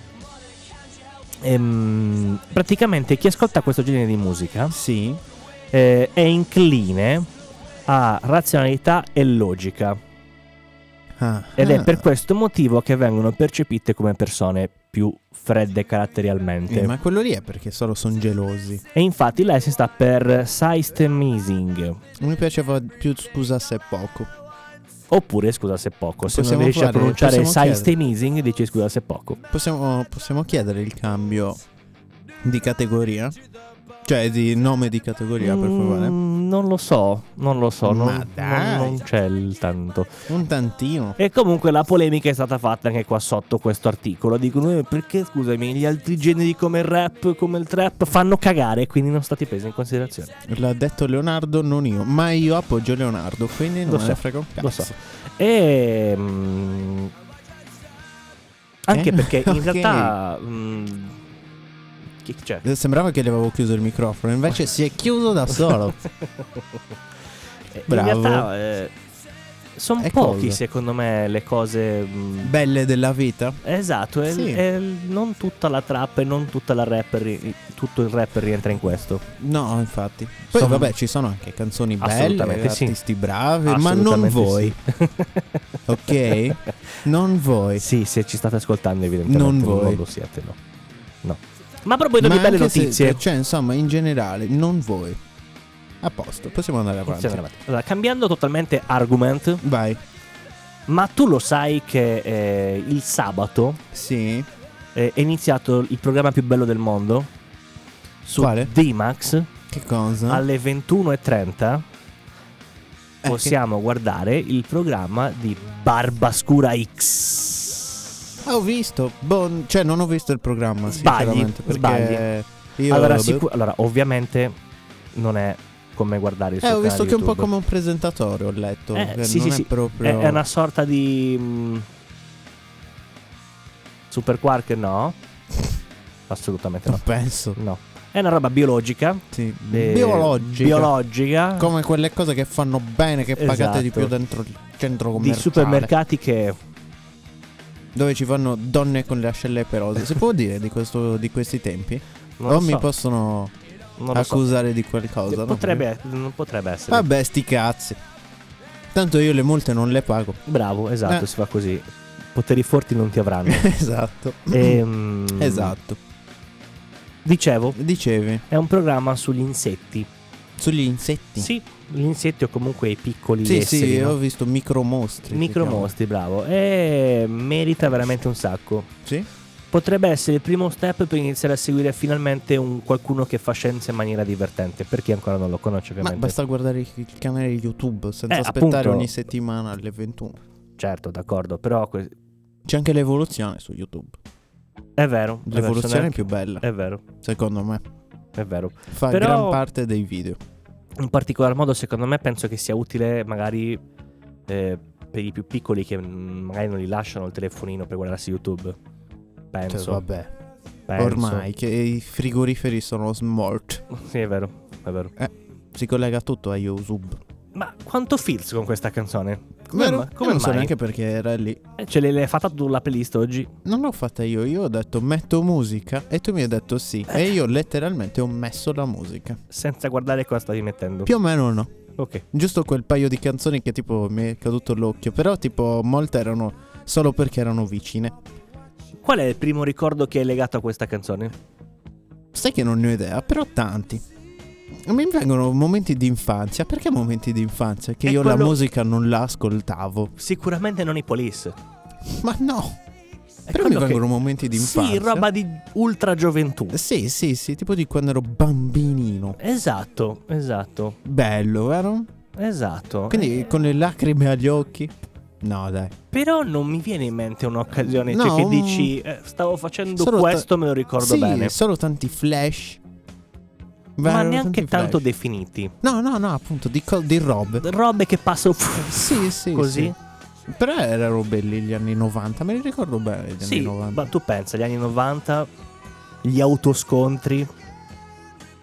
B: ehm, praticamente chi ascolta questo genere di musica
C: Sì.
B: eh, è incline a razionalità e logica
C: Ah.
B: ed è
C: Ah,
B: per questo motivo che vengono percepite come persone più fredde caratterialmente.
C: eh, ma quello lì è perché solo sono gelosi.
B: E infatti lei si sta per systemizing,
C: Mi piaceva più scusa se è poco.
B: oppure scusa se poco, se non
C: Possiamo
B: riesci a
C: fare-
B: pronunciare
C: possiamo chiedere.
B: systemizing dici scusa se poco.
C: Possiamo, possiamo chiedere il cambio di categoria? Cioè di nome di categoria, per favore.
B: Mm, non lo so, non lo so,
C: Ma
B: non,
C: dai.
B: non- non c'è il tanto.
C: Un tantino.
B: E comunque la polemica è stata fatta anche qua sotto questo articolo. Dicono "Eh, perché scusami, gli altri generi come il rap, come il trap fanno cagare, quindi non sono stati presi in considerazione.
C: L'ha detto Leonardo, non io. Ma io appoggio Leonardo, quindi non
B: Lo
C: me
B: so,
C: ne frega un cazzo.
B: Lo so. E mm, anche
C: Eh?
B: perché in
C: Ok.
B: realtà mm, che c'è?
C: Eh, Sembrava che le avevo chiuso il microfono, invece si è chiuso da solo.
B: Eh,
C: Bravo.
B: In realtà sono
C: È
B: pochi
C: cosa.
B: secondo me le cose mm,
C: Belle della vita.
B: Esatto, è-
C: Sì.
B: è- non tutta la trap e non tutta la rap, ri- tutto il rap rientra in questo.
C: No, infatti. Poi
B: Sono-
C: vabbè, ci sono anche canzoni belle,
B: Assolutamente sì.
C: artisti bravi, ma non
B: Assolutamente
C: voi, ok? Non voi.
B: Sì. sì, se ci state ascoltando evidentemente
C: Non
B: non,
C: voi.
B: lo siete, no. No. Ma proprio di
C: Ma
B: belle
C: anche se-
B: notizie.
C: cioè, insomma, in generale, non voi. A posto, possiamo andare avanti.
B: Funziona avanti. Allora, cambiando totalmente argomento,
C: Vai.
B: ma tu lo sai che eh, il sabato
C: Sì.
B: eh, è iniziato il programma più bello del mondo su
C: Quale?
B: D-Max
C: Che cosa?
B: alle 21.30
C: Eh,
B: possiamo guardare il programma di Barbascura X.
C: che- Ah, Ho visto. Boh, cioè, non ho visto il programma,
B: Sbagli,
C: sinceramente. Perché Io
B: Allora,
C: boh,
B: sicu- allora, ovviamente non è come guardare il suo
C: Eh, ho visto
B: canale
C: che è un po'
B: YouTube.
C: come un presentatore, ho letto.
B: Eh,
C: che
B: sì,
C: non
B: sì,
C: è
B: sì.
C: proprio.
B: È, è una sorta di... mm, mh, Super Quark no. Assolutamente
C: Non
B: no.
C: penso.
B: No. È una roba biologica.
C: Sì.
B: eh,
C: Biologica.
B: biologica,
C: come quelle cose che fanno bene, che pagate di più
B: Esatto.
C: dentro il centro
B: di
C: commerciale.
B: supermercati che...
C: Dove ci fanno donne con le ascelle perose. Si può dire di, questo, di questi tempi?
B: Non
C: o
B: lo
C: mi
B: so,
C: possono
B: non lo so.
C: accusare di qualcosa? no?
B: Potrebbe, non potrebbe essere.
C: Vabbè, sti cazzi. Tanto io le multe non le pago.
B: Bravo, esatto,
C: Eh.
B: si fa così. Poteri forti non ti avranno.
C: esatto.
B: Ehm,
C: Esatto.
B: Dicevo,
C: Dicevi,
B: è un programma sugli insetti.
C: sugli insetti.
B: Sì, gli insetti o comunque i piccoli
C: sì,
B: esseri,
C: sì,
B: no?
C: ho visto micromostri. si
B: micromostri, bravo. E merita veramente un sacco.
C: chiama. Sì?
B: Potrebbe essere il primo step per iniziare a seguire finalmente un qualcuno che fa scienza in maniera divertente, per chi ancora non lo conosce
C: Ma
B: ovviamente.
C: basta guardare il canale YouTube senza
B: Eh,
C: aspettare
B: appunto.
C: ogni settimana alle 21.
B: Certo, d'accordo, però que-
C: C'è anche l'evoluzione su YouTube.
B: è vero. è vero,
C: L'evoluzione è
B: sono
C: più bella,
B: anche- È vero,
C: secondo me.
B: è vero.
C: Fa
B: Però-
C: gran parte dei video.
B: in particolar modo secondo me penso che sia utile magari eh, per i più piccoli che mm, magari non gli lasciano il telefonino per guardarsi YouTube.
C: Cioè,
B: Penso.
C: vabbè.
B: Penso.
C: Ormai che i frigoriferi sono smart.
B: Sì, è vero, è vero.
C: Si collega tutto a YouTube.
B: Ma quanto feels con questa canzone?
C: Vero?
B: ma-
C: Io
B: come
C: non so
B: mai?
C: neanche perché era lì.
B: Eh, Ce l'hai l'hai fatta tu la playlist oggi?
C: Non l'ho fatta io, io ho detto metto musica e tu mi hai detto sì.
B: Ecco.
C: E io letteralmente ho messo la musica.
B: Senza guardare cosa stavi mettendo.
C: Più o meno no.
B: Ok.
C: Giusto quel paio di canzoni che tipo mi è caduto l'occhio. Però tipo molte erano solo perché erano vicine.
B: Qual è il primo ricordo che hai legato a questa canzone?
C: Sai che non ne ho idea, però tanti. Mi vengono momenti di infanzia. Perché momenti di infanzia? Che
B: È
C: io la
B: quello-
C: musica non la ascoltavo.
B: Sicuramente non i police.
C: Ma no!
B: È
C: Però mi
B: quello che-
C: vengono momenti di infanzia.
B: Sì, roba di ultra gioventù.
C: Sì, sì, sì, tipo di quando ero bambinino.
B: Esatto, esatto,
C: Bello, vero?
B: esatto.
C: Quindi con le lacrime agli occhi. No, dai.
B: Però non mi viene in mente un'occasione,
C: No,
B: cioè che
C: un-
B: dici eh, stavo facendo
C: Solo ta-
B: questo, me lo ricordo
C: sì,
B: bene.
C: solo tanti flash.
B: Ma
C: Vero,
B: neanche
C: tanti
B: tanto
C: flash.
B: definiti.
C: No, no, no, appunto, di, co- di robe.
B: Robe che passano
C: Sì, sì.
B: così.
C: sì. Però erano belli gli anni 90, me li ricordo bene gli
B: Sì,
C: anni 90.
B: ma tu pensa, gli anni 90, gli autoscontri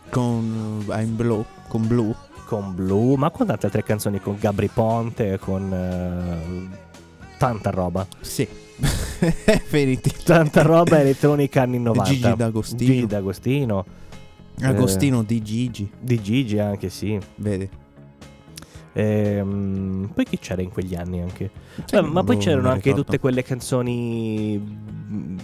C: Con eh, I'm Blue, con Blue.
B: con Blue, ma con tante altre canzoni, con Gabri Ponte, con... eh, tanta roba.
C: Sì. Feriti.
B: Tanta roba elettronica anni 90.
C: Gigi D'Agostino.
B: Gigi D'Agostino,
C: Agostino di Gigi,
B: di Gigi anche sì.
C: vedi.
B: Ehm, poi chi c'era in quegli anni anche?
C: Sì,
B: Eh, ma poi
C: boh,
B: c'erano
C: non
B: anche
C: ricordo.
B: tutte quelle canzoni. mm,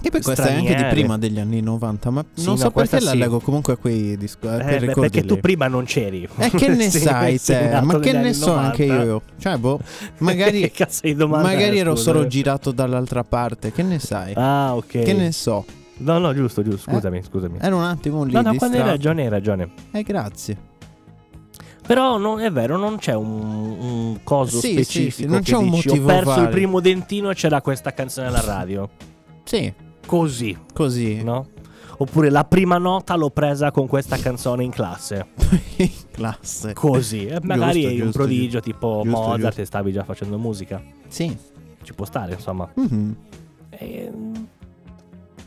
C: Che poi questa è anche di
B: straniere.
C: prima degli anni 90, ma
B: Sì,
C: non
B: no,
C: so perché
B: questa
C: la
B: sì.
C: leggo comunque a quei disco, a quei
B: Eh, beh,
C: ricordi
B: perché tu
C: lì.
B: prima non c'eri.
C: Eh, che ne
B: Sì,
C: sai
B: sei
C: te?
B: nato
C: Ma che
B: negli
C: ne
B: anni
C: so anche
B: 90.
C: io? Cioè, boh, magari,
B: che cazzo di domanda
C: magari
B: è,
C: ero
B: scusa?
C: solo girato dall'altra parte, che ne sai?
B: Ah, ok.
C: Che ne Eh? so?
B: No, no, giusto, giusto. Scusami, scusami.
C: Era un attimo lì
B: no, no, quando
C: distratto.
B: hai ragione, hai ragione.
C: Eh, grazie.
B: Però non, è vero, non c'è un, un coso
C: Sì, sì,
B: specifico.
C: sì, non
B: che
C: c'è un
B: dici,
C: motivo
B: Ho perso il
C: valido."
B: primo dentino e c'era questa canzone alla radio.
C: Sì,
B: Così,
C: così.
B: no? Oppure la prima nota l'ho presa con questa canzone in classe.
C: In classe.
B: Così, E magari
C: Giusto,
B: eri un
C: giusto,
B: prodigio tipo
C: Giusto,
B: Mozart
C: giusto.
B: e stavi già facendo musica.
C: Sì.
B: Ci può stare, insomma.
C: Mhm.
B: Ehm,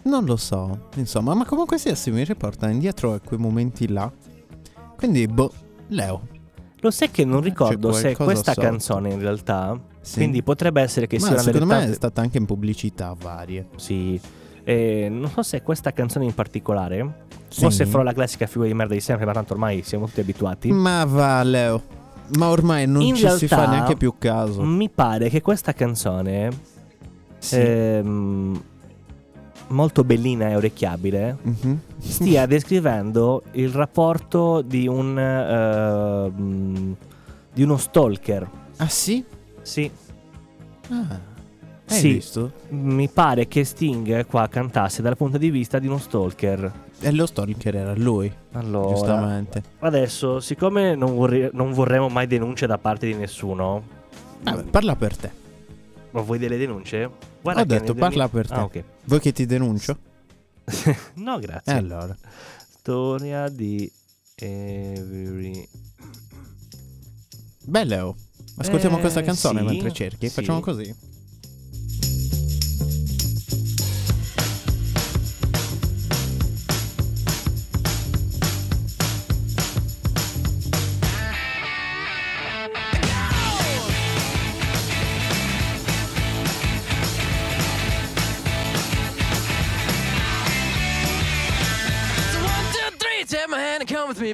C: Non lo so, insomma, ma comunque sia, si mi riporta indietro a quei momenti là. Quindi, boh, Leo.
B: Lo sai che non ricordo
C: C'è
B: se
C: qualcosa
B: questa
C: sotto.
B: canzone in realtà.
C: Sì.
B: Quindi potrebbe essere che
C: Ma
B: sia una
C: secondo
B: delle
C: me è
B: tante-
C: stata anche in pubblicità varie.
B: Sì. Eh, non so se questa canzone in particolare. Forse farò la classica figura di merda di sempre, ma tanto ormai siamo tutti abituati.
C: Ma va, Leo. Ma ormai Mm, non
B: In
C: ci si fa
B: realtà-
C: neanche più caso.
B: Mi pare che questa canzone.
C: Sì.
B: ehm, molto bellina e orecchiabile.
C: Mhm.
B: stia descrivendo il rapporto di un eh, mm, di uno stalker.
C: Ah sì?
B: Sì,
C: Ah. Hai
B: Sì.
C: visto?
B: mi pare che Sting qua cantasse dal punto di vista di uno stalker.
C: E Eh, lo stalker era lui,
B: Allora,
C: giustamente.
B: adesso, siccome non, vorrei- non vorremmo mai denunce da parte di nessuno,
C: Vabbè, parla per te.
B: ma vuoi delle denunce? Guarda
C: Ho
B: che
C: detto,
B: nel
C: parla
B: 2000
C: per te.
B: Ah, ok.
C: Vuoi che ti denuncio?
B: No,
C: E
B: grazie.
C: allora.
B: Storia di Avery.
C: Beh, Leo, ascoltiamo
B: Eh,
C: questa canzone
B: sì,
C: mentre cerchi.
B: sì.
C: Facciamo così.
E: So one, two, three, take my hand and come with me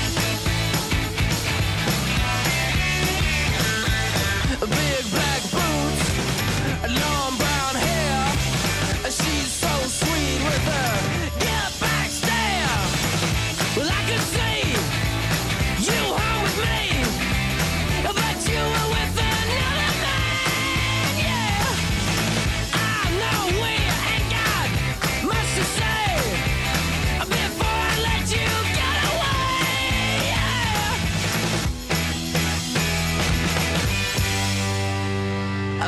E: Big black boots, long brown hair. She's so sweet with her get back stare. Well, I could see you were with me, but you were with another man. Yeah, I know we ain't got much to say before I let you get away. Yeah. I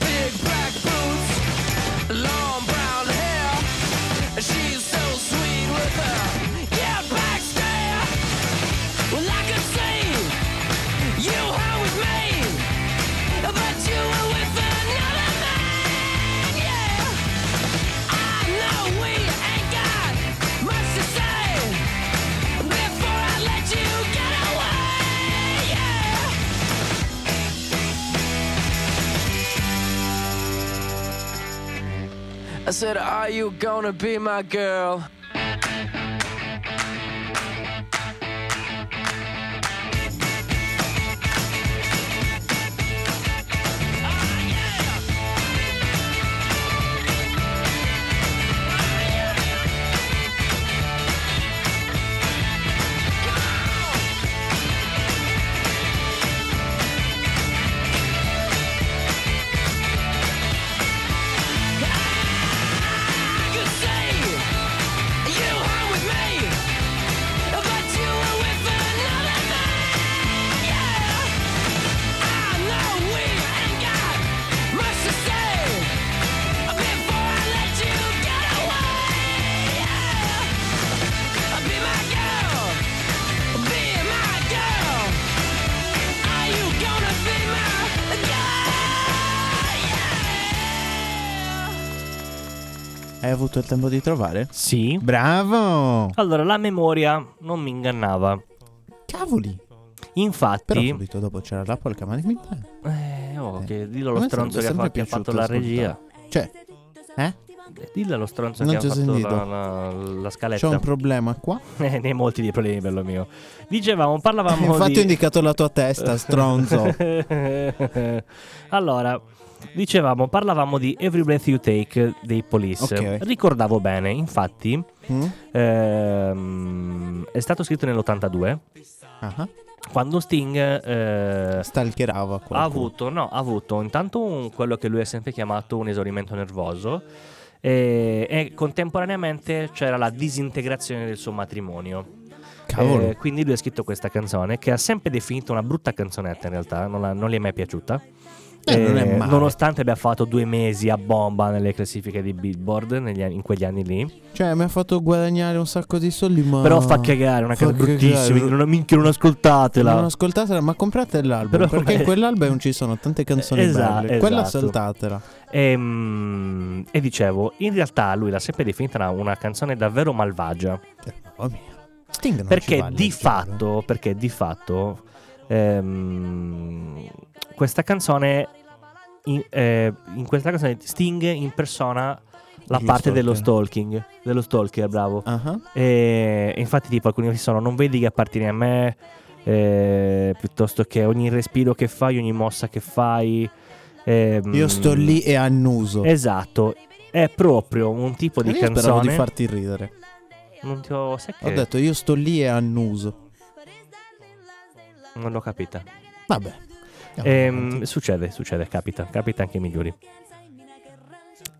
F: Big black boots, long brown hair. She's so sweet with her. Yeah, back stare. Well, I could see you were with me, but you were with another man. Yeah, I know we ain't got much to say before I let you get away. Yeah. I said, Are you gonna be my girl? could say you hung with me, but you were with another man. Yeah, I know we ain't got much to say before I let you get away. Yeah, be my girl, be my girl. Are you gonna be my girl? Yeah.
C: Hai avuto il tempo di trovare?
B: Sì.
C: Bravo!
B: Allora, la memoria non mi ingannava.
C: Cavoli! Però
B: Infatti,
C: subito dopo c'era la polca, ma di me-
B: eh, oh, che dillo
C: A
B: allo
C: me
B: stronzo
C: sarebbe
B: che ha,
C: sempre
B: fatto, che ha fatto
C: piaciuto
B: la
C: ascoltare.
B: regia.
C: Cioè, eh?
B: Eh, Dillo allo stronzo
C: Non
B: che ha
C: ti ho
B: fatto
C: sentito.
B: la, la- la
C: C'ho un
B: scaletta.
C: problema qua.
B: Eh, ne hai molti di problemi, bello mio. Dicevamo, parlavamo
C: Infatti
B: di...
C: ho indicato la tua testa, stronzo.
B: allora, dicevamo, parlavamo di Every Breath You Take dei Police.
C: Ok.
B: Ricordavo bene, infatti,
C: Mm?
B: ehm, è stato scritto nell'82
C: Ah,
B: quando Sting eh,
C: stalkerava qualcuno.
B: ha avuto, no, ha avuto intanto un- quello che lui ha sempre chiamato un esaurimento nervoso e, e contemporaneamente c'era la disintegrazione del suo matrimonio.
C: Cavolo.
B: Eh, quindi lui ha scritto questa canzone che ha sempre definito una brutta canzonetta in realtà, non, la- non gli è mai piaciuta.
C: Eh, non è male.
B: nonostante abbia fatto due mesi a bomba nelle classifiche di Billboard negli anni- in quegli anni lì,
C: Cioè, mi ha fatto guadagnare un sacco di soldi, ma...
B: però fa cagare, una
C: Ah, fa
B: cosa bruttissima.
C: cagare.
B: quindi Non, minchia, non ascoltatela.
C: Non ascoltatela, ma comprate l'album.
B: Però-
C: perché in quell'album ci sono tante canzoni
B: Esa-
C: belle. Quella
B: esatto.
C: saltatela.
B: E, mm, e dicevo, in realtà lui l'ha sempre definita una, una canzone davvero malvagia.
C: Eh, Mamma mia. Sting non ci
B: perché,
C: va eh.
B: di
C: leggero.
B: fatto, perché di fatto, ehm, questa canzone, in, eh, in questa canzone Sting impersona la parte
C: Lo stalker.
B: dello stalking, dello stalker, bravo.
C: Ah,
B: E infatti, tipo, alcuni versi sono: Non vedi che appartieni a me. eh, piuttosto che ogni respiro che fai, ogni mossa che fai. ehm,
C: Io sto lì e annuso.
B: Esatto, è proprio un tipo di
C: Io speravo
B: canzone.
C: di farti ridere.
B: Non ti ho. Sai
C: Ho
B: che
C: detto io sto lì e annuso.
B: non l'ho capita.
C: Vabbè. Andiamo
B: Ehm,
C: avanti.
B: succede, succede, capita, capita anche ai migliori.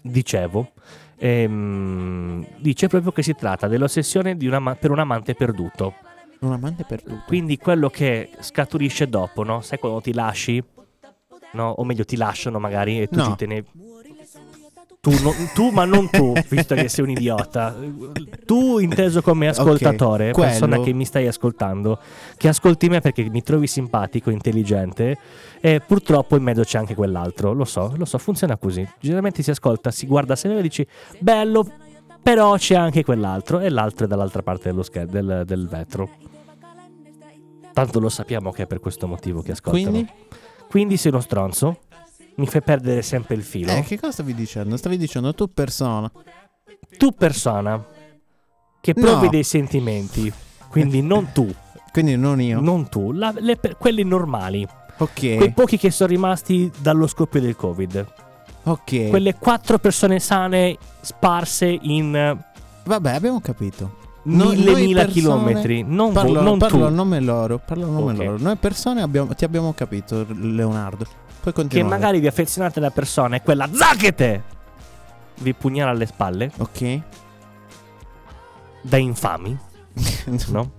B: Dicevo, ehm, dice proprio che si tratta dell'ossessione di un ama- per un amante perduto.
C: Un amante per tutto.
B: Quindi quello che scaturisce dopo, no? Sai quando ti lasci? No? O meglio, ti lasciano magari e tu
C: No.
B: ti te ne. Tu, no- tu, ma non tu, visto che sei un idiota. Tu, inteso come ascoltatore,
C: Ok, quello.
B: persona che mi stai ascoltando, che ascolti me perché mi trovi simpatico, intelligente, e purtroppo in mezzo c'è anche quell'altro. Lo so, lo so, funziona così. Generalmente si ascolta, si guarda se e dici, bello, però c'è anche quell'altro, e l'altro è dall'altra parte dello scher- del, del vetro. Tanto lo sappiamo che è per questo motivo che ascoltano.
C: Quindi?
B: Quindi sei uno stronzo. Mi fai perdere sempre il filo.
C: Eh, che cosa stavi dicendo? Stavi dicendo tu persona.
B: Tu persona che provi
C: No.
B: dei sentimenti, quindi non tu,
C: Quindi non io.
B: non tu, la- le per- quelli normali,
C: Ok.
B: quei pochi che sono rimasti dallo scoppio del Covid,
C: ok.
B: quelle quattro persone sane sparse in eh,
C: Vabbè, abbiamo capito. No-
B: mille
C: noi
B: mila
C: persone-
B: chilometri. Non, vo-
C: Parlo,
B: non
C: parlo
B: tu.
C: a nome loro, parlo a nome
B: Ok.
C: loro. Noi persone abbiamo- ti abbiamo capito, Leonardo. Puoi
B: che
C: continuare.
B: magari vi affezionate alla persona e quella Zacchete vi pugnala alle spalle
C: Ok.
B: da infami, no?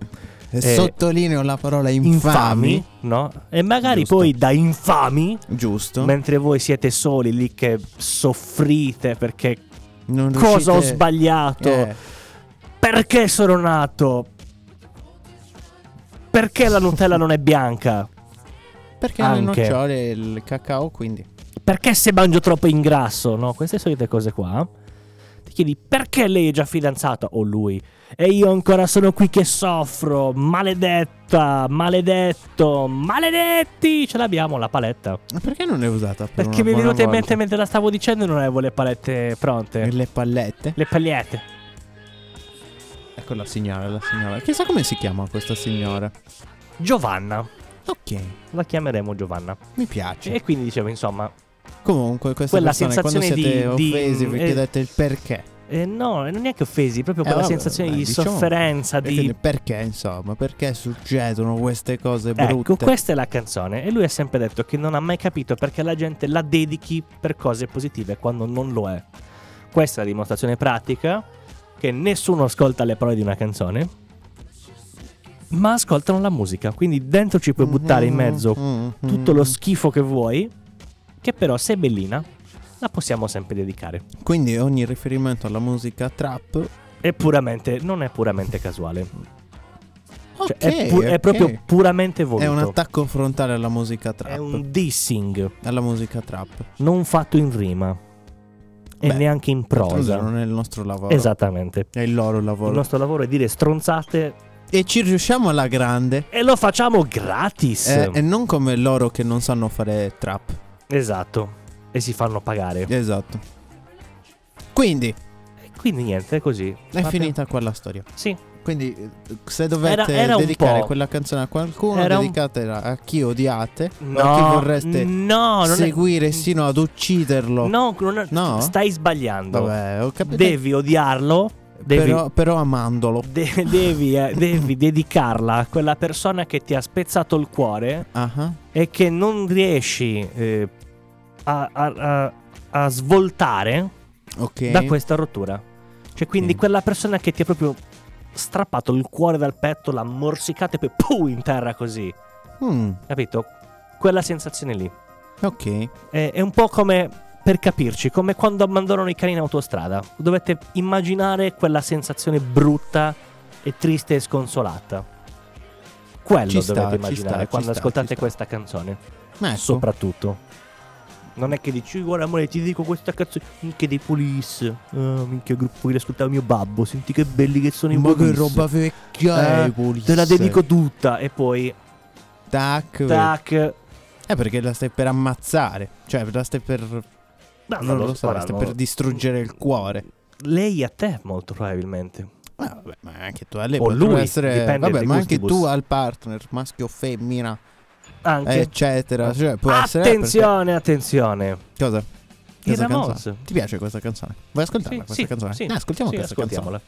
B: Eh,
C: Sottolineo la parola infami.
B: Infami, no? E magari
C: Giusto.
B: poi da infami,
C: Giusto.
B: mentre voi siete soli lì che soffrite perché
C: Non
B: cosa ho
C: riuscite-
B: sbagliato?
C: Eh,
B: Perché sono nato? Perché la Nutella non è bianca?
C: perché le
B: Anche.
C: nocciole e il cacao, quindi.
B: Perché se mangio troppo ingrasso? No, queste solite cose qua. Ti chiedi perché lei è già fidanzata o lui e io ancora sono qui che soffro, maledetta, maledetto, maledetti, ce l'abbiamo la paletta.
C: Ma perché non l'hai usata? per
B: Perché mi
C: una
B: è
C: buona
B: venuta in
C: volta?
B: mente mentre la stavo dicendo e non avevo le palette pronte.
C: Le pallette.
B: Le pagliette.
C: Ecco la signora, la signora. Chissà come si chiama questa signora.
B: Giovanna,
C: Ok,
B: la chiameremo Giovanna.
C: mi piace.
B: E quindi dicevo, insomma,
C: Comunque, queste
B: Quella
C: persone quando
B: sensazione di-
C: siete
B: di-
C: offesi vi
B: eh,
C: chiedete il perché.
B: eh, no, non neanche offesi, proprio
C: Eh,
B: quella
C: vabbè,
B: sensazione
C: vabbè,
B: di
C: diciamo.
B: sofferenza,
C: E quindi
B: di
C: perché, insomma, perché succedono queste cose brutte?
B: Ecco, questa è la canzone e lui ha sempre detto che non ha mai capito perché la gente la dedichi per cose positive quando non lo è. Questa è la dimostrazione pratica che nessuno ascolta le parole di una canzone, ma ascoltano la musica, quindi dentro ci puoi buttare in mezzo
C: Mhm, mhm.
B: tutto lo schifo che vuoi, che però se è bellina la possiamo sempre dedicare.
C: Quindi ogni riferimento alla musica trap
B: È puramente, non è puramente casuale, Cioè, è,
C: ok,
B: pu- è
C: ok.
B: proprio puramente
C: È
B: voluto.
C: un attacco frontale alla musica trap.
B: È un dissing.
C: Alla musica trap.
B: non fatto in rima e
C: Beh,
B: neanche in
C: D'altronde
B: prosa.
C: Non è il nostro lavoro.
B: Esattamente.
C: È il loro lavoro.
B: Il nostro lavoro è dire stronzate
C: E ci riusciamo alla grande.
B: e lo facciamo gratis.
C: Eh, e non come loro che non sanno fare trap.
B: Esatto. E si fanno pagare.
C: Esatto. Quindi
B: E quindi niente, è così.
C: è finita qua la storia.
B: Sì,
C: Quindi eh, se dovete
B: Era- era un
C: dedicare
B: po'.
C: quella canzone a qualcuno,
B: Era un-
C: dedicatela a chi odiate o a chi
B: no,
C: vorreste
B: no, non è-
C: seguire sino ad ucciderlo.
B: No, non è-
C: No?
B: stai sbagliando.
C: Vabbè, ho capito.
B: Devi odiarlo. Devi,
C: però, però amandolo.
B: de- devi, eh, devi dedicarla a quella persona che ti ha spezzato il cuore
C: Ah ah.
B: e che non riesci eh, a- a- a- a svoltare
C: Ok.
B: da questa rottura. Cioè, quindi
C: Ok.
B: quella persona che ti ha proprio strappato il cuore dal petto, l'ha morsicato e poi puh, in terra così.
C: Mm,
B: Capito? Quella sensazione lì.
C: ok. Ecco.
B: È, è un po' come, per capirci, come quando abbandonano i cani in autostrada. Dovete immaginare quella sensazione brutta e triste e sconsolata. Quello
C: Ci sta,
B: dovete
C: ci
B: immaginare
C: sta, ci
B: quando
C: sta, ci
B: ascoltate
C: sta.
B: questa canzone.
C: Ma ecco,
B: Soprattutto. Non è che dici, guarda amore, ti dico questa cazzo. Minchia dei police. Ah, minchia gruppo che ascoltava mio babbo. Senti che belli che sono i
C: ma che
B: police.
C: roba vecchia
B: Eh,
C: eh, Police.
B: Te la dedico tutta. E poi,
C: Tac.
B: tac.
C: Eh, perché la stai per ammazzare. Cioè, la stai per.
B: Ah, No,
C: non lo,
B: lo
C: so, la stai
B: sparano.
C: per distruggere il cuore.
B: Lei a te, molto probabilmente.
C: Ma vabbè, ma anche tu alle
B: O lui,
C: essere.
B: dipende
C: Vabbè,
B: dai
C: ma anche
B: gustibus.
C: tu al partner, maschio o femmina,
B: Anche.
C: eccetera. Cioè, può essere.
B: attenzione, attenzione.
C: perché- Cosa?
B: I
C: Questa
B: Ramones.
C: canzone? Ti piace questa canzone? Vuoi ascoltarla questa canzone?
B: sì.
C: Eh, ascoltiamo
B: Sì,
C: questa
B: ascoltiamola.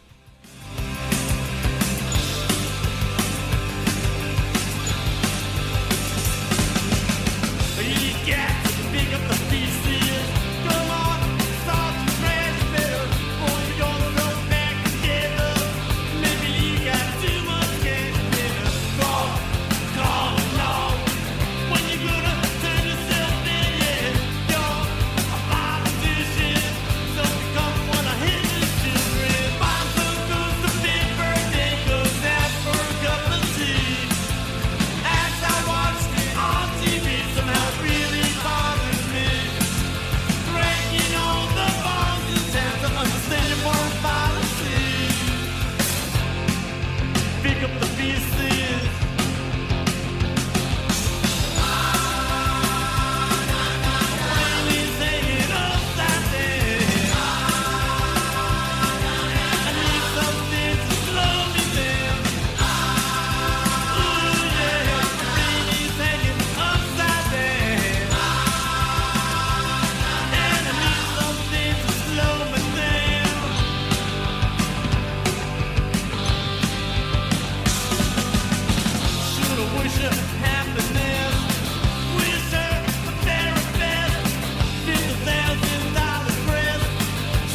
E: Come on, I hit the children. Find some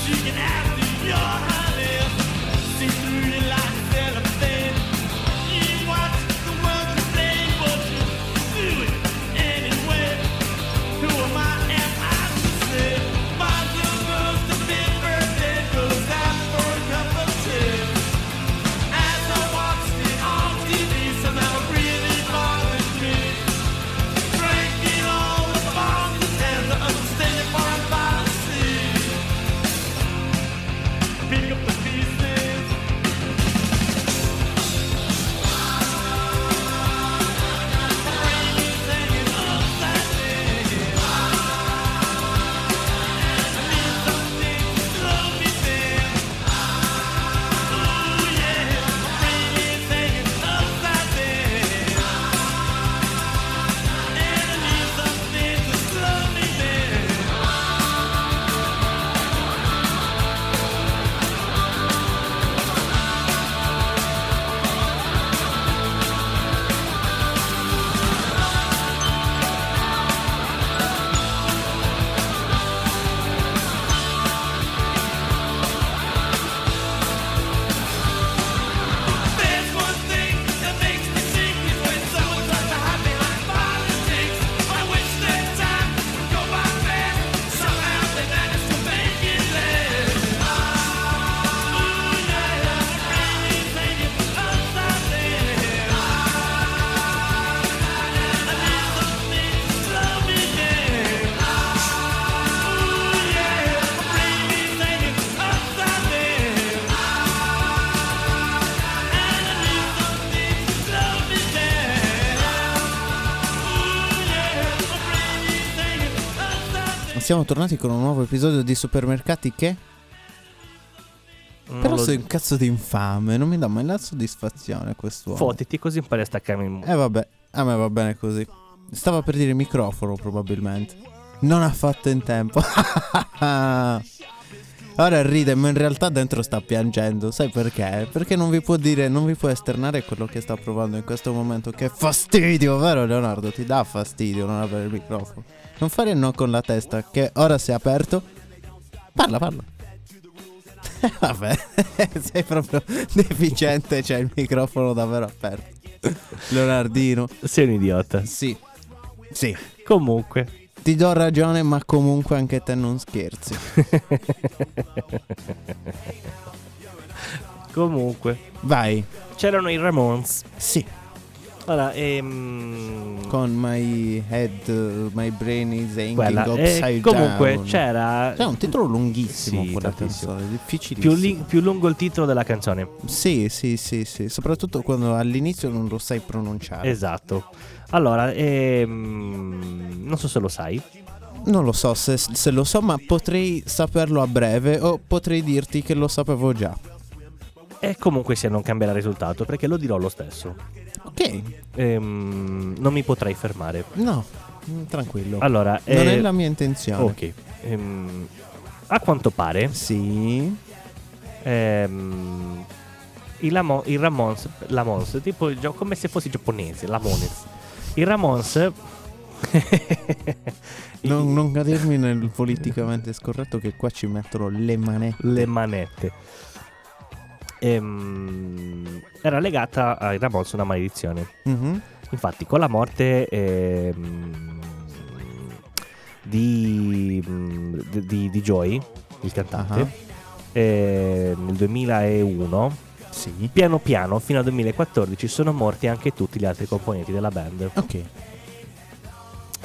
G: seeking after your honey. See through your lies, cellophane. You watch the world to blame, but you do it anyway. Who am I? Am I to say? My little girl's the big birthday goes out for a cup of tea. As I watched it on TV, somehow it really bothered me. Drinking all the bombs and the understanding foreign policy. Pick up the pieces. Rain is hanging upside down. I need something to slow me down. Ooh yeah, rain is hanging upside down. Thank you
C: Siamo tornati con un nuovo episodio di Supermercati che...
B: Non
C: Però
B: lo-
C: sei un cazzo di infame, non mi dà mai la soddisfazione quest'uomo.
B: Fottiti così impari a staccarmi il mu-
C: Eh vabbè, a me va bene così. Stava per dire microfono probabilmente. Non ha fatto in tempo. Ora ride, ma in realtà dentro sta piangendo. Sai perché? Perché non vi può dire, non vi può esternare quello che sta provando in questo momento. Che fastidio, vero Leonardo? Ti dà fastidio non avere il microfono. Non fare il no con la testa, che ora si è aperto. Parla, parla. Vabbè, sei proprio deficiente, c'è il microfono davvero aperto. Leonardino.
B: Sei un idiota.
C: Eh. Sì. Sì.
B: Comunque,
C: Ti do ragione, ma comunque anche te non scherzi.
B: comunque.
C: Vai.
B: C'erano i Ramones.
C: Sì.
B: Allora, ehm...
C: Con my head, uh, my brain is hanging
B: Quella.
C: upside
B: E eh, comunque
C: down.
B: c'era
C: C'è un titolo lunghissimo
B: Sì,
C: quella
B: tantissimo.
C: canzone, difficilissimo.
B: più, li- più lungo il titolo della canzone.
C: Sì, sì, sì, sì. Soprattutto quando all'inizio non lo sai pronunciare.
B: Esatto. Allora, ehm, non so se lo sai.
C: non lo so se, se lo so, ma potrei saperlo a breve o potrei dirti che lo sapevo già.
B: E comunque sia non cambierà il risultato perché lo dirò lo stesso.
C: Ok,
B: Ehm, non mi potrei fermare.
C: no, mm, tranquillo.
B: Allora,
C: non
B: eh,
C: è la mia intenzione.
B: Ok. Ehm, a quanto pare,
C: Sì.
B: ehm, i, Lamo- i Ramones, Lamons, tipo il gio- come se fossi giapponese, Lamones. I Ramones... i-
C: Non, non cadermi nel politicamente scorretto che qua ci mettono le manette.
B: le manette. Ehm, era legata ai Ramones una maledizione.
C: Mhm.
B: Infatti, con la morte ehm, di, mm, di, di- di Joy, il cantante,
C: Ah.
B: ehm, nel 2001,
C: Sì.
B: piano piano fino al 2014 sono morti anche tutti gli altri componenti della band.
C: Ok.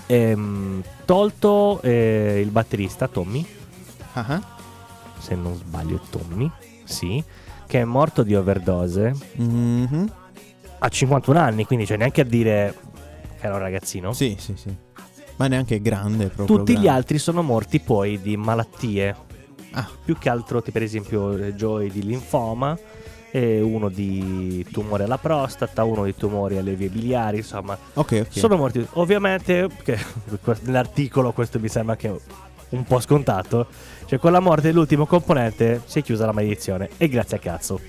B: Ehm, tolto eh, il batterista Tommy,
C: Ah ah.
B: se non sbaglio, Tommy, sì, che è morto di overdose
C: Mhm.
B: a 51 anni, quindi cioè neanche a dire che era un ragazzino.
C: Sì, sì, sì. Ma neanche grande proprio.
B: Tutti gli
C: grande.
B: altri sono morti poi di malattie,
C: Ah.
B: più che altro tipo, per esempio eh, Joey di linfoma, eh, uno di tumore alla prostata, uno di tumori alle vie biliari, insomma,
C: Ok, ok.
B: sono morti. Ovviamente, che nell'articolo questo mi sembra che un po' scontato, cioè con la morte dell'ultimo componente si è chiusa la maledizione e grazie a cazzo.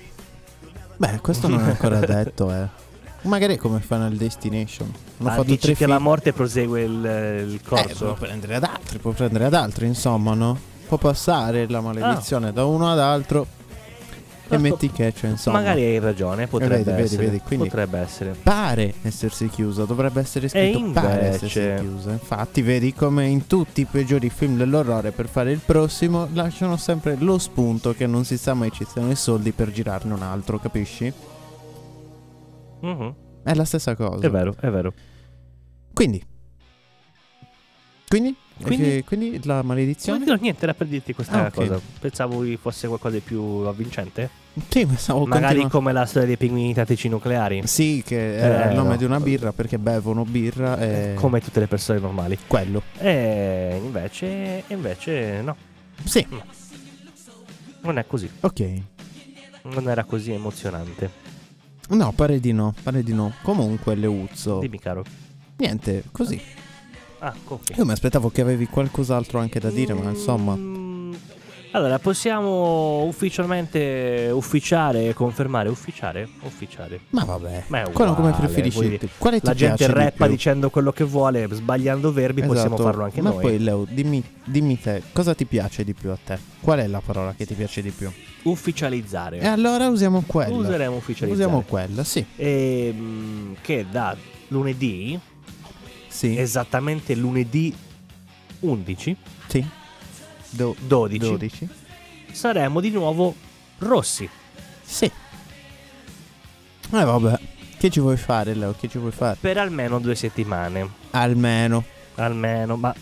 C: Beh, questo non è ancora detto, eh. Magari è come Final Destination. Hanno
B: Ah,
C: fatto
B: dici
C: tre
B: che
C: film.
B: la morte prosegue il, il
C: Eh,
B: corso.
C: può prendere ad altri, può prendere ad altri, insomma, no? può passare la maledizione da uno ad altro e
B: Ah. Tanto-
C: metti che c'è cioè, insomma.
B: Magari hai ragione, potrebbe
C: vedi, vedi,
B: essere.
C: vedi, quindi-
B: potrebbe essere.
C: Pare essersi chiusa, dovrebbe essere scritto pare
B: invece-
C: essersi chiusa. Infatti, vedi come in tutti i peggiori film dell'orrore per fare il prossimo lasciano sempre lo spunto che non si sa mai ci siano i soldi per girarne un altro, capisci?
B: Mhm,
C: È la stessa cosa.
B: È vero, è vero.
C: Quindi. Quindi?
B: Quindi?
C: E che- quindi la maledizione?
B: No, niente, era per dirti questa
C: Ah, ok.
B: cosa. Pensavo fosse qualcosa di più avvincente.
C: Sì, ma stavo
B: Magari
C: continuando-
B: come la storia dei pinguini tattici nucleari.
C: Sì, che era
B: Eh,
C: il nome
B: no. Eh,
C: di una birra perché bevono birra e...
B: Come tutte le persone normali.
C: quello.
B: E invece, invece no,
C: Sì,
B: non è così.
C: ok.
B: Non era così emozionante.
C: No, pare di no, pare di no. Comunque, Leuzzo,
B: Dimmi caro.
C: niente, così.
B: Ah, ok.
C: Io mi aspettavo che avevi qualcos'altro anche da dire, ma insomma...
B: Mm, Allora, possiamo ufficialmente ufficiare, confermare, ufficiare, ufficiare.
C: Ma vabbè,
B: Ma è
C: quello come
B: uguale, voglio
C: preferisci.
B: dire,
C: Quale ti
B: La gente
C: piace di
B: rappa
C: più?
B: dicendo quello che vuole, sbagliando verbi, possiamo
C: Esatto.
B: farlo anche
C: ma
B: noi.
C: poi, Leo, dimmi, dimmi te, cosa ti piace di più a te? Qual è la parola che ti piace di più?
B: Ufficializzare.
C: E allora usiamo quella.
B: Useremo ufficializzare.
C: usiamo quella, sì.
B: Ehm, che da lunedì,
C: Sì.
B: esattamente lunedì 11,
C: sì. Do-
B: 12,
C: 12.
B: saremo di nuovo rossi.
C: Sì. Eh vabbè, che ci vuoi fare Leo? Che ci vuoi fare?
B: per almeno due settimane.
C: Almeno,
B: Almeno, ma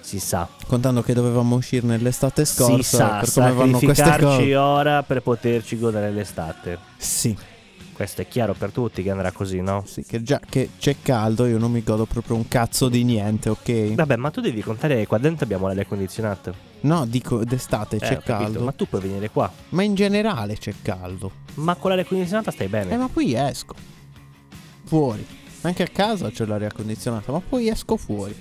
B: si sa.
C: contando che dovevamo uscire nell'estate scorsa
B: si sa
C: per come vanno queste
B: sacrificarci
C: cose.
B: ora per poterci godere l'estate.
C: Sì,
B: Questo è chiaro per tutti che andrà così, no?
C: sì, che già che c'è caldo io non mi godo proprio un cazzo di niente, ok?
B: Vabbè, ma tu devi contare che qua dentro abbiamo l'aria condizionata. Eh,
C: No, dico d'estate c'è
B: ho capito,
C: caldo,
B: ma
C: ma...
B: tu puoi venire qua.
C: in generale c'è caldo.
B: Ma con l'aria condizionata stai bene.
C: Eh ma poi esco. Fuori. Anche a casa c'è l'aria condizionata, ma poi esco fuori.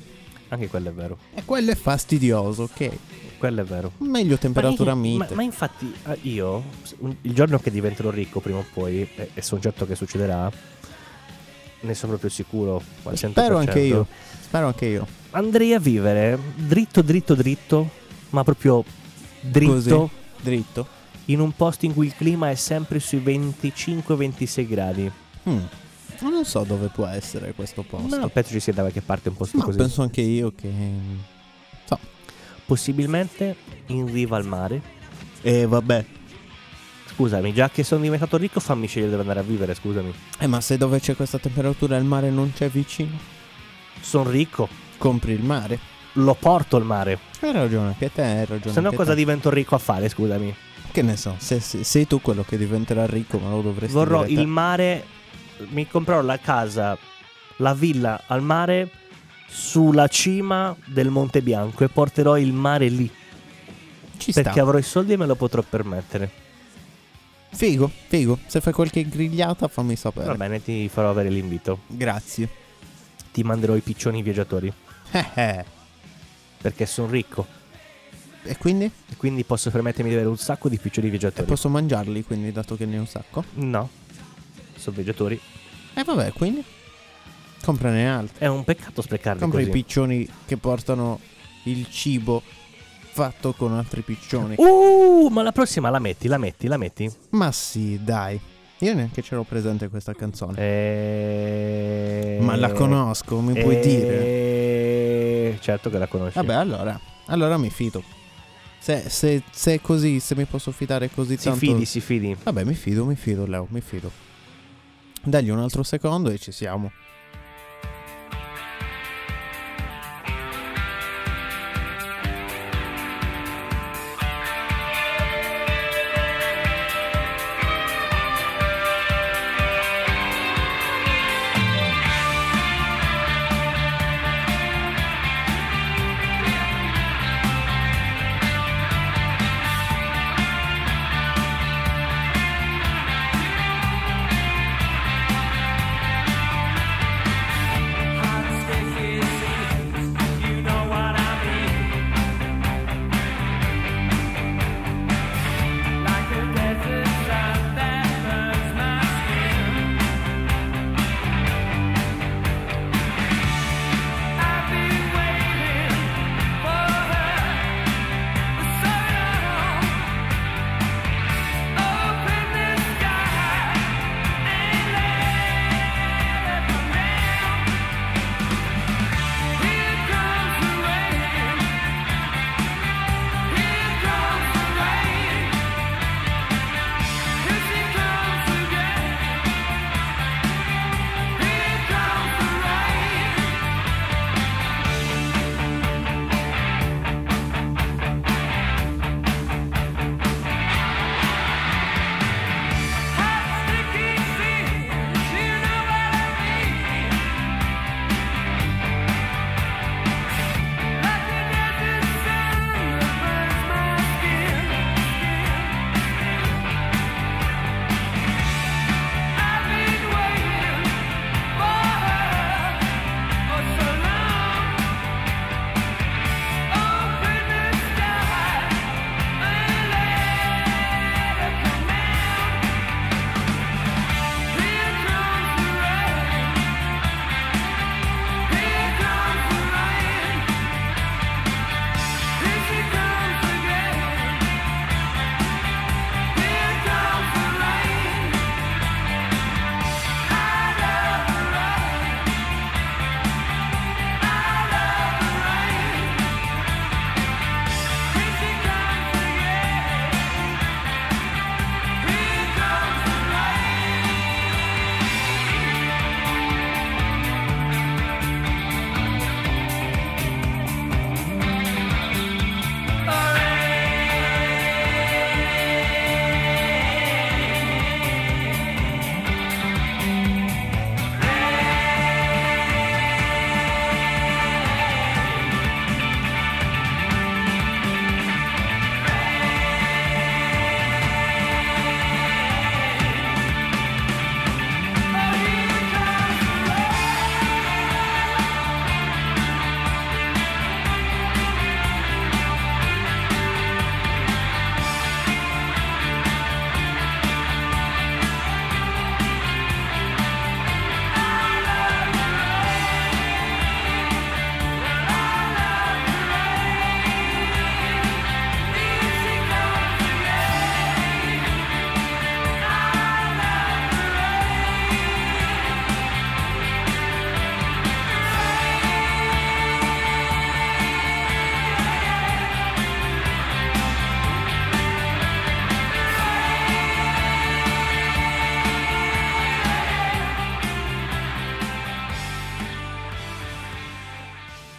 B: Anche quello è vero.
C: E quello è fastidioso, ok?
B: Quello è vero.
C: Meglio temperatura
B: ma, in- ma-
C: mite.
B: ma infatti eh, io, s- un- il giorno che diventerò ricco prima o poi, e, e sono certo che succederà, ne sono proprio sicuro. al 100%.
C: Spero anche io. Spero anche io.
B: andrei a vivere dritto, dritto, dritto, ma proprio dritto,
C: Così. Dritto.
B: in un posto in cui il clima è sempre sui 25-26 gradi.
C: Mm. Non so dove può essere questo posto.
B: Ma penso ci sia da qualche parte un posto
C: Ma
B: così.
C: penso anche io che. mm,
B: Possibilmente in riva al mare.
C: Eh vabbè.
B: Scusami, già che sono diventato ricco, fammi scegliere dove andare a vivere, scusami.
C: Eh ma se dove c'è questa temperatura il mare non c'è vicino,
B: Sono ricco,
C: compri il mare.
B: lo porto al mare.
C: Hai ragione, che te hai ragione.
B: Se no
C: che
B: cosa
C: te.
B: divento ricco a fare, scusami.
C: Che ne so, se, se- sei tu quello che diventerà ricco, ma lo dovresti
B: Vorrò
C: dire te.
B: il mare, mi comprerò la casa, la villa al mare sulla cima del Monte Bianco e porterò il mare lì.
C: Ci sta.
B: Perché avrò i soldi e me lo potrò permettere.
C: Figo, figo. Se fai qualche grigliata fammi sapere.
B: Va bene, ti farò avere l'invito.
C: Grazie.
B: Ti manderò i piccioni viaggiatori.
C: Eh, eh.
B: Perché sono ricco.
C: E quindi?
B: E quindi posso permettermi di avere un sacco di piccioni
C: E
B: viaggiatori.
C: posso mangiarli, quindi, dato che ne ho un sacco.
B: No. Sono viaggiatori.
C: E vabbè, quindi? Comprane altri.
B: È un peccato sprecarli
C: Compra i
B: così.
C: piccioni che portano il cibo fatto con altri piccioni.
B: uh, ma la prossima la metti, la metti, la metti.
C: Ma sì, dai. Io neanche ce l'ho presente questa canzone.
B: E...
C: Ma la conosco, mi
B: eh,
C: puoi dire.
B: dire? Certo che la conosci.
C: Vabbè, allora. Allora mi fido. Se, se- se è così, se mi posso fidare così
B: si
C: tanto.
B: fidi, si fidi.
C: Vabbè, mi fido, mi fido, Leo, mi fido. Dagli un altro secondo e ci siamo.
G: Thank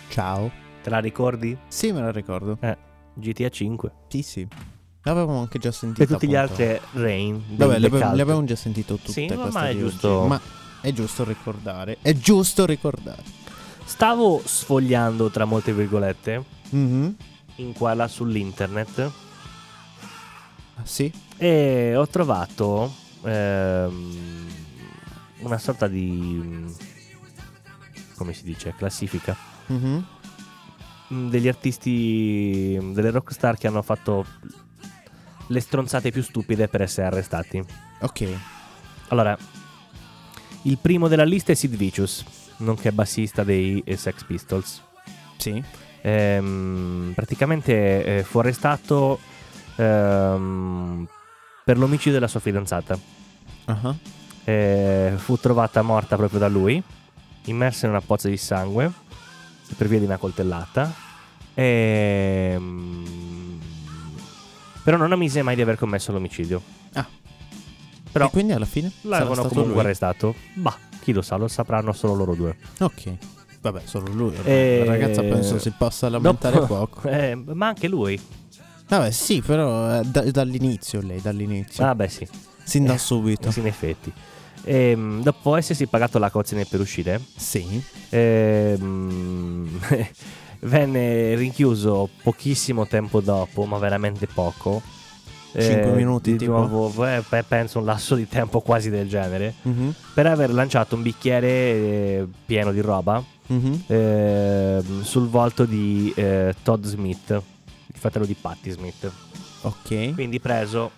C: Ciao.
B: Te la ricordi?
C: Sì, me la ricordo.
B: Eh, GTA 5.
C: Sì, sì. L'avevamo anche già sentita.
B: E tutti gli
C: appunto.
B: altri Rain.
C: eh, Vabbè, le,
B: dei
C: abbiamo-
B: Cult.
C: le avevamo già sentito tutte
B: Sì, ma
C: queste
B: ormai è
C: di
B: giusto-
C: oggi. Ma è giusto ricordare. È giusto ricordare.
B: Stavo sfogliando, tra molte virgolette,
C: Mhm.
B: in qua e là sull'internet
C: Ah, Sì.
B: e ho trovato ehm, una sorta di... mm, come si dice? Classifica.
C: Mhm.
B: mh, mm, degli artisti, mh, delle rockstar che hanno fatto le stronzate più stupide per essere arrestati.
C: Ok.
B: Allora, il primo della lista è Sid Vicious, nonché bassista dei eh, Sex Pistols.
C: Sì.
B: Ehm, praticamente eh, fu arrestato ehm, per l'omicidio della sua fidanzata.
C: Ah,
B: Eh, fu trovata morta proprio da lui, immersa in una pozza di sangue per via di una coltellata. Ehm, Però non ammise mai di aver commesso l'omicidio.
C: Ah.
B: Però
C: E quindi alla fine? sarà
B: l'avevano
C: stato
B: comunque
C: lui?
B: arrestato. Bah, chi lo sa, lo sapranno solo loro due.
C: Ok. Vabbè, solo lui. ormai.
B: Eh,
C: La ragazza penso si possa lamentare
B: dopo-
C: poco.
B: Eh, ma anche lui.
C: Vabbè, sì, però eh, da- dall'inizio lei, dall'inizio.
B: Ah, beh, sì.
C: Sin da
B: eh,
C: subito.
B: Sì, in effetti. Ehm, dopo essersi pagato la cozzine per uscire,
C: Sì.
B: Ehm, venne rinchiuso pochissimo tempo dopo, ma veramente poco.
C: Cinque
B: Eh,
C: minuti,
B: di
C: tipo?
B: nuovo, eh, pe- penso un lasso di tempo quasi del genere.
C: Mhm.
B: Per aver lanciato un bicchiere eh, pieno di roba
C: Mhm.
B: ehm, sul volto di eh, Todd Smith, il fratello di Patti Smith.
C: Ok.
B: Quindi preso,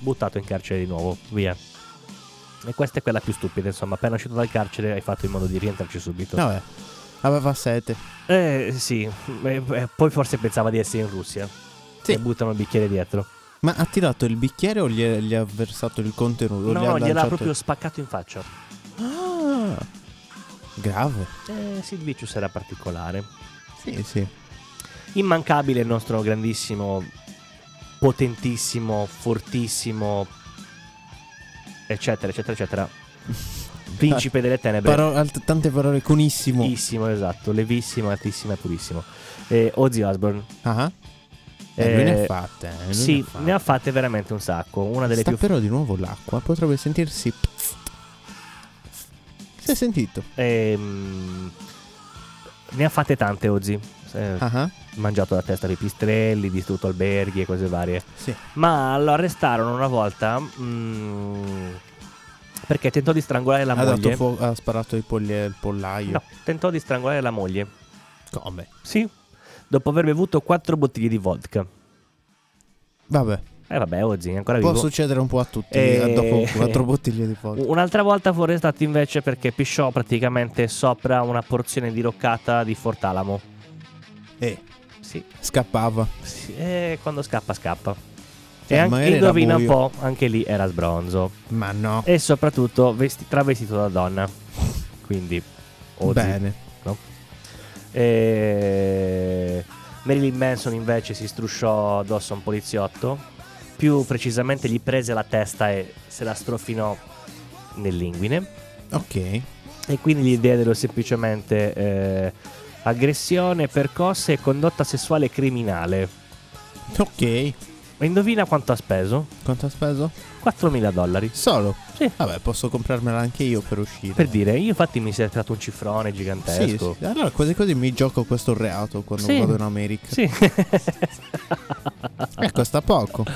B: buttato in carcere di nuovo, via. E questa è quella più stupida, insomma, appena uscito dal carcere hai fatto in modo di rientrarci subito.
C: Vabbè. Aveva sete.
B: Eh sì, eh, eh, poi forse pensava di essere in Russia.
C: Sì.
B: E buttano il bicchiere dietro.
C: Ma ha tirato il bicchiere o gli, gli ha versato il
B: No,
C: contenuto? Gli ha
B: no, gliel'ha
C: lanciato-
B: proprio spaccato in faccia.
C: Ah, grave.
B: Eh, Silvicius era particolare.
C: Sì, sì.
B: Immancabile il nostro grandissimo, potentissimo, fortissimo, eccetera, eccetera, eccetera. Principe delle tenebre.
C: Paro- alt- tante parole conissimo.
B: Levissimo, esatto, levissimo, altissimo e purissimo. Eh, Ozzy Osbourne.
C: Ah. Eh, lui ne
B: Eh,
C: ha fatte. eh, lui
B: Sì,
C: ne ha fatte.
B: ne ha fatte veramente un sacco. Una delle
C: Sta
B: più
C: però di nuovo l'acqua, potrebbe sentirsi. Si è sentito?
B: Ehm, ne ha fatte tante oggi. Eh,
C: Ah, ah,
B: Mangiato la testa dei pistrelli, distrutto alberghi e cose varie.
C: sì.
B: Ma lo arrestarono una volta mm, perché tentò di strangolare la
C: Ha, dato
B: moglie.
C: fuo- ha sparato il, polli- il pollaio.
B: No, tentò di strangolare la moglie.
C: Come?
B: Sì. Dopo aver bevuto quattro bottiglie di vodka.
C: Vabbè,
B: Eh vabbè, oggi è ancora
C: può
B: vivo.
C: succedere un po' a tutti.
B: Eh,
C: eh, Uh. Dopo quattro bottiglie di vodka.
B: Un'altra volta fu arrestato invece perché pisciò praticamente sopra una porzione diroccata di Fortalamo.
C: Eh,
B: Sì,
C: scappava.
B: Sì, e quando scappa, scappa. e
C: Cioè,
B: anche,
C: magari era
B: indovina un
C: buio.
B: po', anche lì era sbronzo.
C: Ma no.
B: E soprattutto vesti- travestito da donna. Quindi, Ozzy,
C: Bene.
B: no? E... Marilyn Manson invece si strusciò addosso a un poliziotto. Più precisamente gli prese la testa e se la strofinò nell'inguine.
C: Ok.
B: E quindi gli diedero semplicemente eh, aggressione, percosse e condotta sessuale criminale.
C: Ok.
B: E indovina quanto ha speso?
C: Quanto ha speso?
B: 4.000 dollari.
C: Solo?
B: Sì.
C: Vabbè, posso comprarmela anche io per uscire.
B: Per dire, io infatti mi si è creato un cifrone
C: Sì,
B: gigantesco.
C: sì. allora quasi così mi gioco questo reato quando
B: Sì.
C: vado in America.
B: Sì.
C: Eh, costa poco.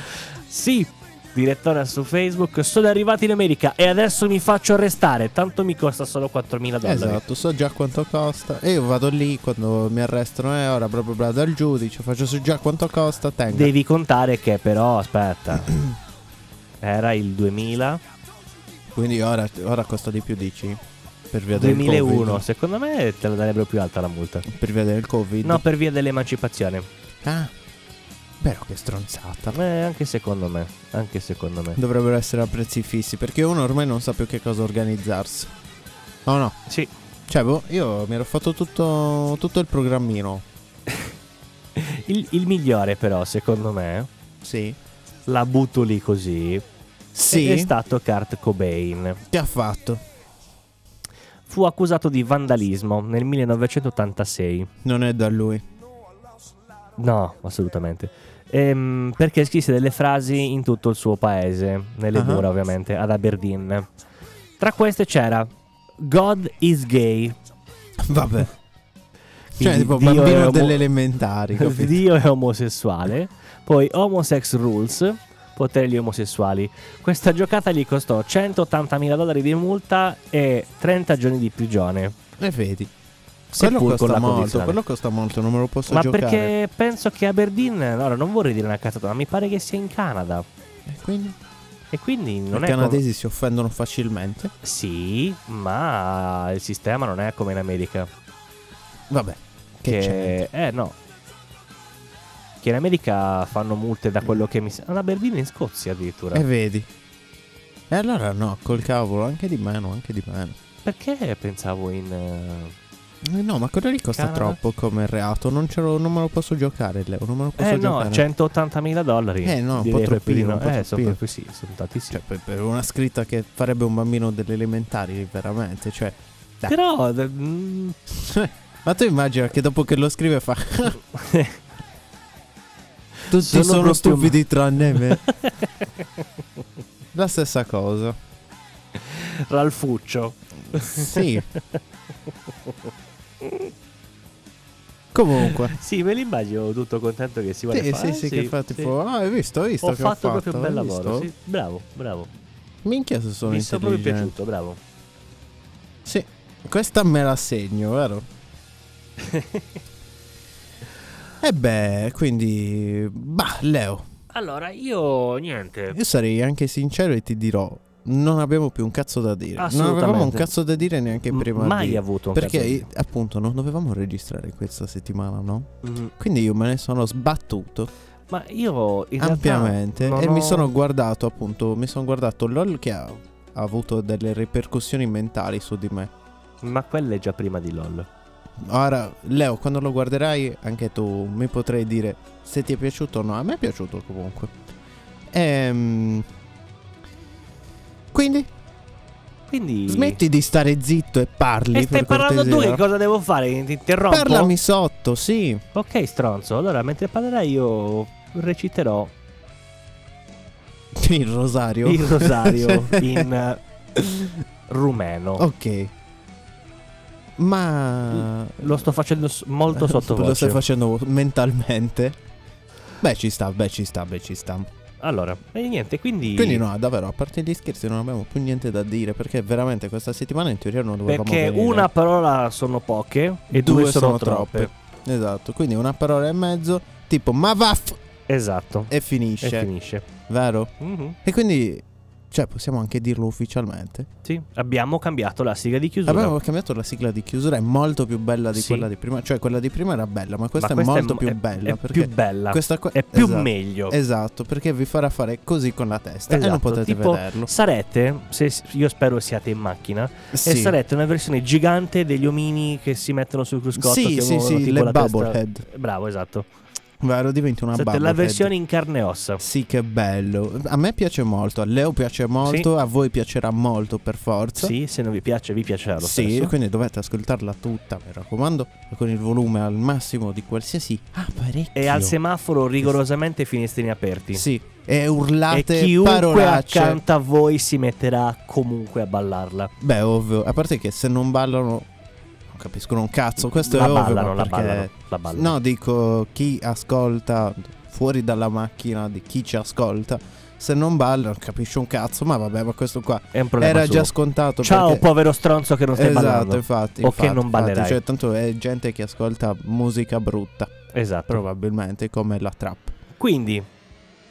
B: sì. Direttore su Facebook, sono arrivato in America e adesso mi faccio arrestare. Tanto mi costa solo 4.000 dollari.
C: Esatto, so già quanto costa. E io vado lì quando mi arrestano e ora proprio bla dal giudice, faccio so già quanto costa, tengo.
B: Devi contare che però, aspetta. Era il 2000,
C: Quindi ora, ora costa di più, dici? Per via del
B: 2001.
C: Covid.
B: Secondo me te la darebbero più alta la multa.
C: Per via del Covid.
B: No, per via dell'emancipazione.
C: Ah. Però che stronzata.
B: Eh, anche secondo me. Anche secondo me.
C: Dovrebbero essere a prezzi fissi perché uno ormai non sa più che cosa organizzarsi. Oh no.
B: Sì,
C: Cioè, boh, io mi ero fatto tutto, tutto il programmino.
B: il, il migliore però, secondo me,
C: Sì.
B: la butto lì così.
C: Sì.
B: È stato Kurt Cobain.
C: Che ha fatto?
B: fu accusato di vandalismo nel 1986.
C: Non è da lui.
B: No, assolutamente. Ehm, perché scrisse delle frasi in tutto il suo paese, nelle
C: Ah.
B: mura ovviamente, ad Aberdeen. Tra queste c'era God is gay.
C: Vabbè. Cioè,
B: Quindi
C: tipo
B: Dio è
C: bambino
B: omo-
C: delle elementari, capito?
B: Dio è omosessuale. Poi Homosex Rules, potere agli omosessuali. Questa giocata gli costò 180.000 dollari di multa e 30 giorni di prigione.
C: E Eh, vedi. Quello
B: Seppur con
C: costa
B: la
C: molto,
B: condizionale.
C: quello costa molto, non me lo posso
B: Ma
C: giocare.
B: perché penso che Aberdeen, allora non vorrei dire una cazzata, ma mi pare che sia in Canada.
C: E Eh, quindi?
B: E quindi non
C: I
B: è... come-
C: canadesi si offendono facilmente.
B: Sì, ma il sistema non è come in America.
C: Vabbè. Che, c'è?
B: Che, eh no. Che in America fanno multe da quello che mi sa. Una Berlino in Scozia addirittura.
C: E Eh, vedi. E allora no, col cavolo, anche di meno, anche di meno.
B: Perché pensavo in. eh,
C: Eh No, ma quello lì costa
B: Canada?
C: troppo come reato. Non, ce lo- non me lo posso giocare, Leo. Non me lo posso
B: Eh no,
C: giocare.
B: 180.000 dollari.
C: Eh, no, un po'
B: Direi proprio di
C: troppino,
B: no.
C: un po'
B: Eh, sono
C: troppino.
B: proprio sì, sono tantissimi.
C: Cioè, per, per una scritta che farebbe un bambino delle elementari, veramente. Cioè, dai.
B: Però. d- mm,
C: ma tu immagina che dopo che lo scrive fa. Tutti
B: Sono
C: sono,
B: proprio-
C: stupidi tranne me. La stessa cosa.
B: Ralfuccio.
C: Sì. Comunque.
B: Sì, me l'immagino tutto contento che si vuole
C: Sì,
B: fare.
C: sì, sì, che fa tipo. Ah, hai visto? Hai visto
B: Ho
C: che
B: fatto,
C: ho fatto?
B: proprio un bel
C: Hai
B: lavoro.
C: visto?
B: sì. Bravo, bravo.
C: Minchia se sono
B: Mi sono proprio
C: intelligente.
B: piaciuto, bravo.
C: Sì, questa me la segno, vero? e beh, quindi... Bah, Leo,
B: Allora, io niente.
C: io sarei anche sincero e ti dirò... Non abbiamo più un cazzo da dire. Non avevamo un
B: Assolutamente.
C: cazzo da dire neanche
B: M-
C: prima.
B: mai
C: di...
B: avuto un
C: Perché
B: cazzo da
C: eh, appunto non dovevamo registrare questa settimana, no?
B: Mm,
C: Quindi io me ne sono sbattuto
B: Ma io in
C: ampiamente
B: realtà non
C: e mi
B: ho-
C: sono guardato appunto, mi sono guardato LOL che ha- ha avuto delle ripercussioni mentali su di me.
B: Ma quella è già prima di LOL.
C: Ora, Leo, quando lo guarderai, anche tu mi potrai dire se ti è piaciuto o no. A me è piaciuto comunque. Ehm... Quindi,
B: Quindi.
C: smetti di stare zitto e parli.
B: E stai
C: per
B: parlando tu,
C: cortesia.
B: che cosa devo fare? Ti interrompo.
C: Parlami sotto, sì.
B: Ok, stronzo. Allora, mentre parlerai, io reciterò
C: Il rosario.
B: il rosario in eh, rumeno.
C: ok. Ma...
B: Lo sto facendo s- molto
C: Lo stai
B: sottovoce.
C: facendo mentalmente? Beh, ci sta, beh, ci sta, beh, ci sta.
B: Allora, e niente, quindi.
C: Quindi no, davvero, a parte gli scherzi non abbiamo più niente da dire perché veramente questa settimana in teoria non dovevamo
B: Perché
C: venire.
B: una parola sono poche e due, sono, troppe.
C: Esatto, quindi una parola e mezzo, tipo ma vaff
B: Esatto.
C: e finisce,
B: E finisce.
C: vero?
B: Mhm.
C: E quindi cioè possiamo anche dirlo ufficialmente.
B: Sì, abbiamo cambiato la sigla di chiusura.
C: Abbiamo cambiato la sigla di chiusura, è molto più bella di
B: Sì.
C: quella di prima, cioè quella di prima era bella, ma questa,
B: Ma
C: è molto
B: mo-
C: più bella
B: È
C: perché
B: più bella.
C: questa qua
B: è più
C: esatto.
B: meglio.
C: Esatto, perché vi farà fare così con la testa e non
B: Esatto,
C: potete
B: tipo-
C: vederlo. Eh
B: Sarete, se, io spero siate in macchina, e
C: Sì.
B: sarete una versione gigante degli omini che si mettono sul cruscotto.
C: Sì,
B: che
C: sì,
B: muovono
C: sì,
B: tipo
C: le
B: la testa.
C: bubblehead.
B: Bravo, esatto.
C: Vero, diventi una
B: Siete la
C: bubblehead.
B: versione in carne e ossa.
C: Sì, che bello. A me piace molto, a Leo piace molto, a voi piacerà molto per forza.
B: Sì, se non vi piace, vi piacerà lo
C: Sì,
B: stesso.
C: quindi dovete ascoltarla tutta, mi raccomando, con il volume al massimo di qualsiasi apparecchio.
B: E al semaforo rigorosamente finestrini aperti.
C: Sì, e
B: E
C: urlate
B: chiunque
C: parolacce.
B: accanto a voi si metterà comunque a ballarla.
C: Beh, ovvio, a parte che se non ballano non capiscono un cazzo, questo
B: la
C: è ovvio,
B: ballano,
C: ma
B: la
C: perché
B: ballano, la ballano.
C: No, dico chi ascolta fuori dalla macchina di chi ci ascolta, se non balla non capisce un cazzo, ma vabbè, ma questo qua
B: È un problema
C: era
B: suo.
C: già scontato
B: Ciao,
C: perché...
B: povero stronzo che non stai
C: esatto,
B: ballando.
C: infatti.
B: O che
C: infatti,
B: non
C: infatti,
B: ballerai.
C: Cioè, tanto è gente che ascolta musica brutta,
B: Esatto.
C: probabilmente, come la trap.
B: Quindi,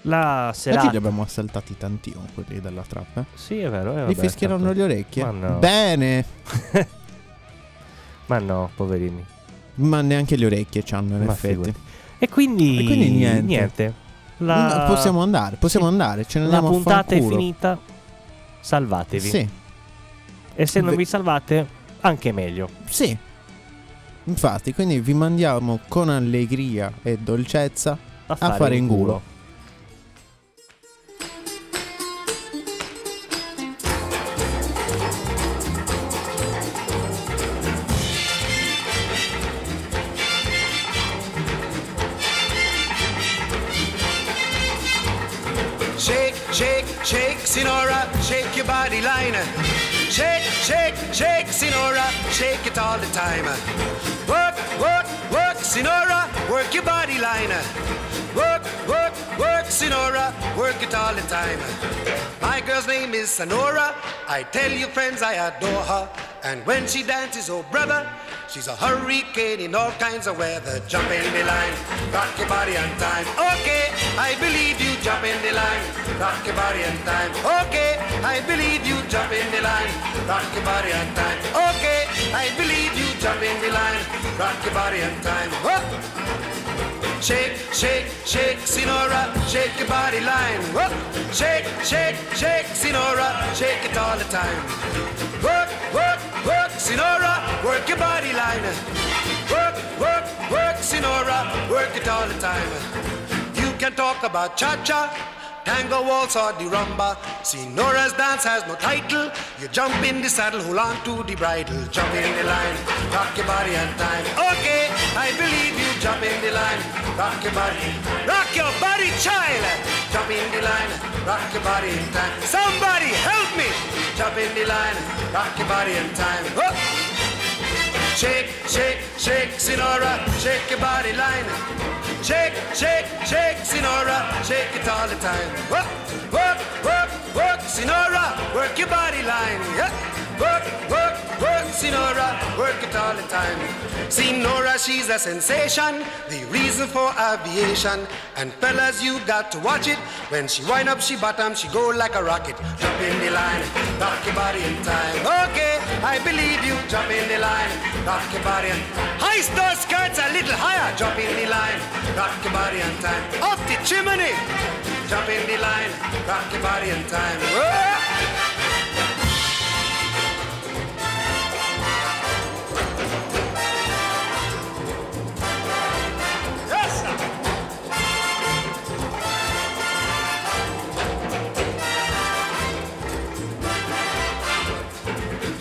B: la
C: Oggi li
B: serata...
C: abbiamo assaltati tantino quelli della trap. Eh?
B: Sì, è vero. eh,
C: Gli
B: vabbè,
C: fischieranno
B: tanto-
C: le orecchie.
B: Ma no.
C: Bene,
B: Ma no, poverini.
C: ma neanche le orecchie c'hanno, in
B: Ma
C: effetti.
B: figurati. E quindi,
C: E quindi niente.
B: La,
C: No, Mm, possiamo andare, possiamo
B: Sì.
C: andare, ce ne
B: la
C: andiamo
B: puntata
C: a
B: è
C: fanculo.
B: finita. Salvatevi.
C: Sì,
B: E se non
C: Ve-
B: vi salvate, anche meglio.
C: sì. Infatti, quindi vi mandiamo con allegria e dolcezza
B: A
C: a fare in culo.
E: Thank
H: Shake, shake, Sinora, shake your body liner. Shake, shake, shake, Sinora, shake it all the time. Work, work, work, Sinora, work your body liner. Work, work, work, Sinora, work it all the time. My girl's name is Sonora. I tell you, friends, I adore her. And when she dances, oh brother, she's a hurricane in all kinds of weather. Jump in the line, rock your body on time. Okay, I believe you. Jump in the line, rock your body on time. Okay, I believe you. Jump in the line, rock your body on time. Okay, I believe you. Jump in the line, rock your body on time. Whoop! Shake, shake, shake, Sinora, shake your body line. Whoop. Shake, shake, shake, Sinora, shake it all the time. Work, work, work, Sinora, work your body line. Work, work, work, Sinora, work it all the time. You can talk about cha-cha, tango waltz or the rumba. Sinora's dance has no title. You jump in the saddle, hold on to the bridle. Jump in the line, rock your body on time. Okay, I believe you. Jump in the line, rock your body. Rock your body, child. Jump in the line, rock your body in time. Somebody help me. Jump in the line, rock your body Oh. in time. Whoop. Shake, shake, shake, Sinora, shake your body line. Shake, shake, shake, Sinora, shake it all the time. Work, work, work, work, Sinora, work your body line. Yeah. Work, work, work, Sinora, work it all the time. Sinora, she's a sensation, the reason for aviation. And fellas, you got to watch it. When she wind up, she bottom, she go like a rocket. Jump in the line, rock your body in time. Okay, I believe you. Jump in the line, rock your body in Heist those skirts a little higher. Jump in the line, rock your body in time. Off the chimney. Jump in the line, rock your body in time. Whoa! Yes, sir.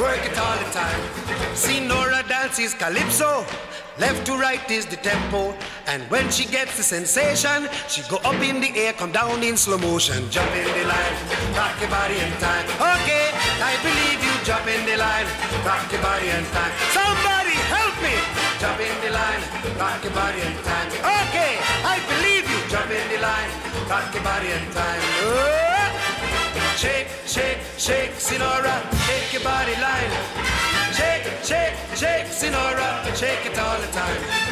H: Work it all the time. See Nora dances calypso. Left to right is the tempo. And when she gets the sensation, she go up in the air, come down in slow motion. Jump in the line, rock your body in time. Okay, I believe you. Jump in the line, rock your body in time. Somebody help me. Jump in the line, rock your body in time. Okay, I believe you. Jump in the line, rock your body in time. Oh! Shake, shake, shake, Sinora, shake your body line. Shake, shake, shake, Sinora, shake it all the time.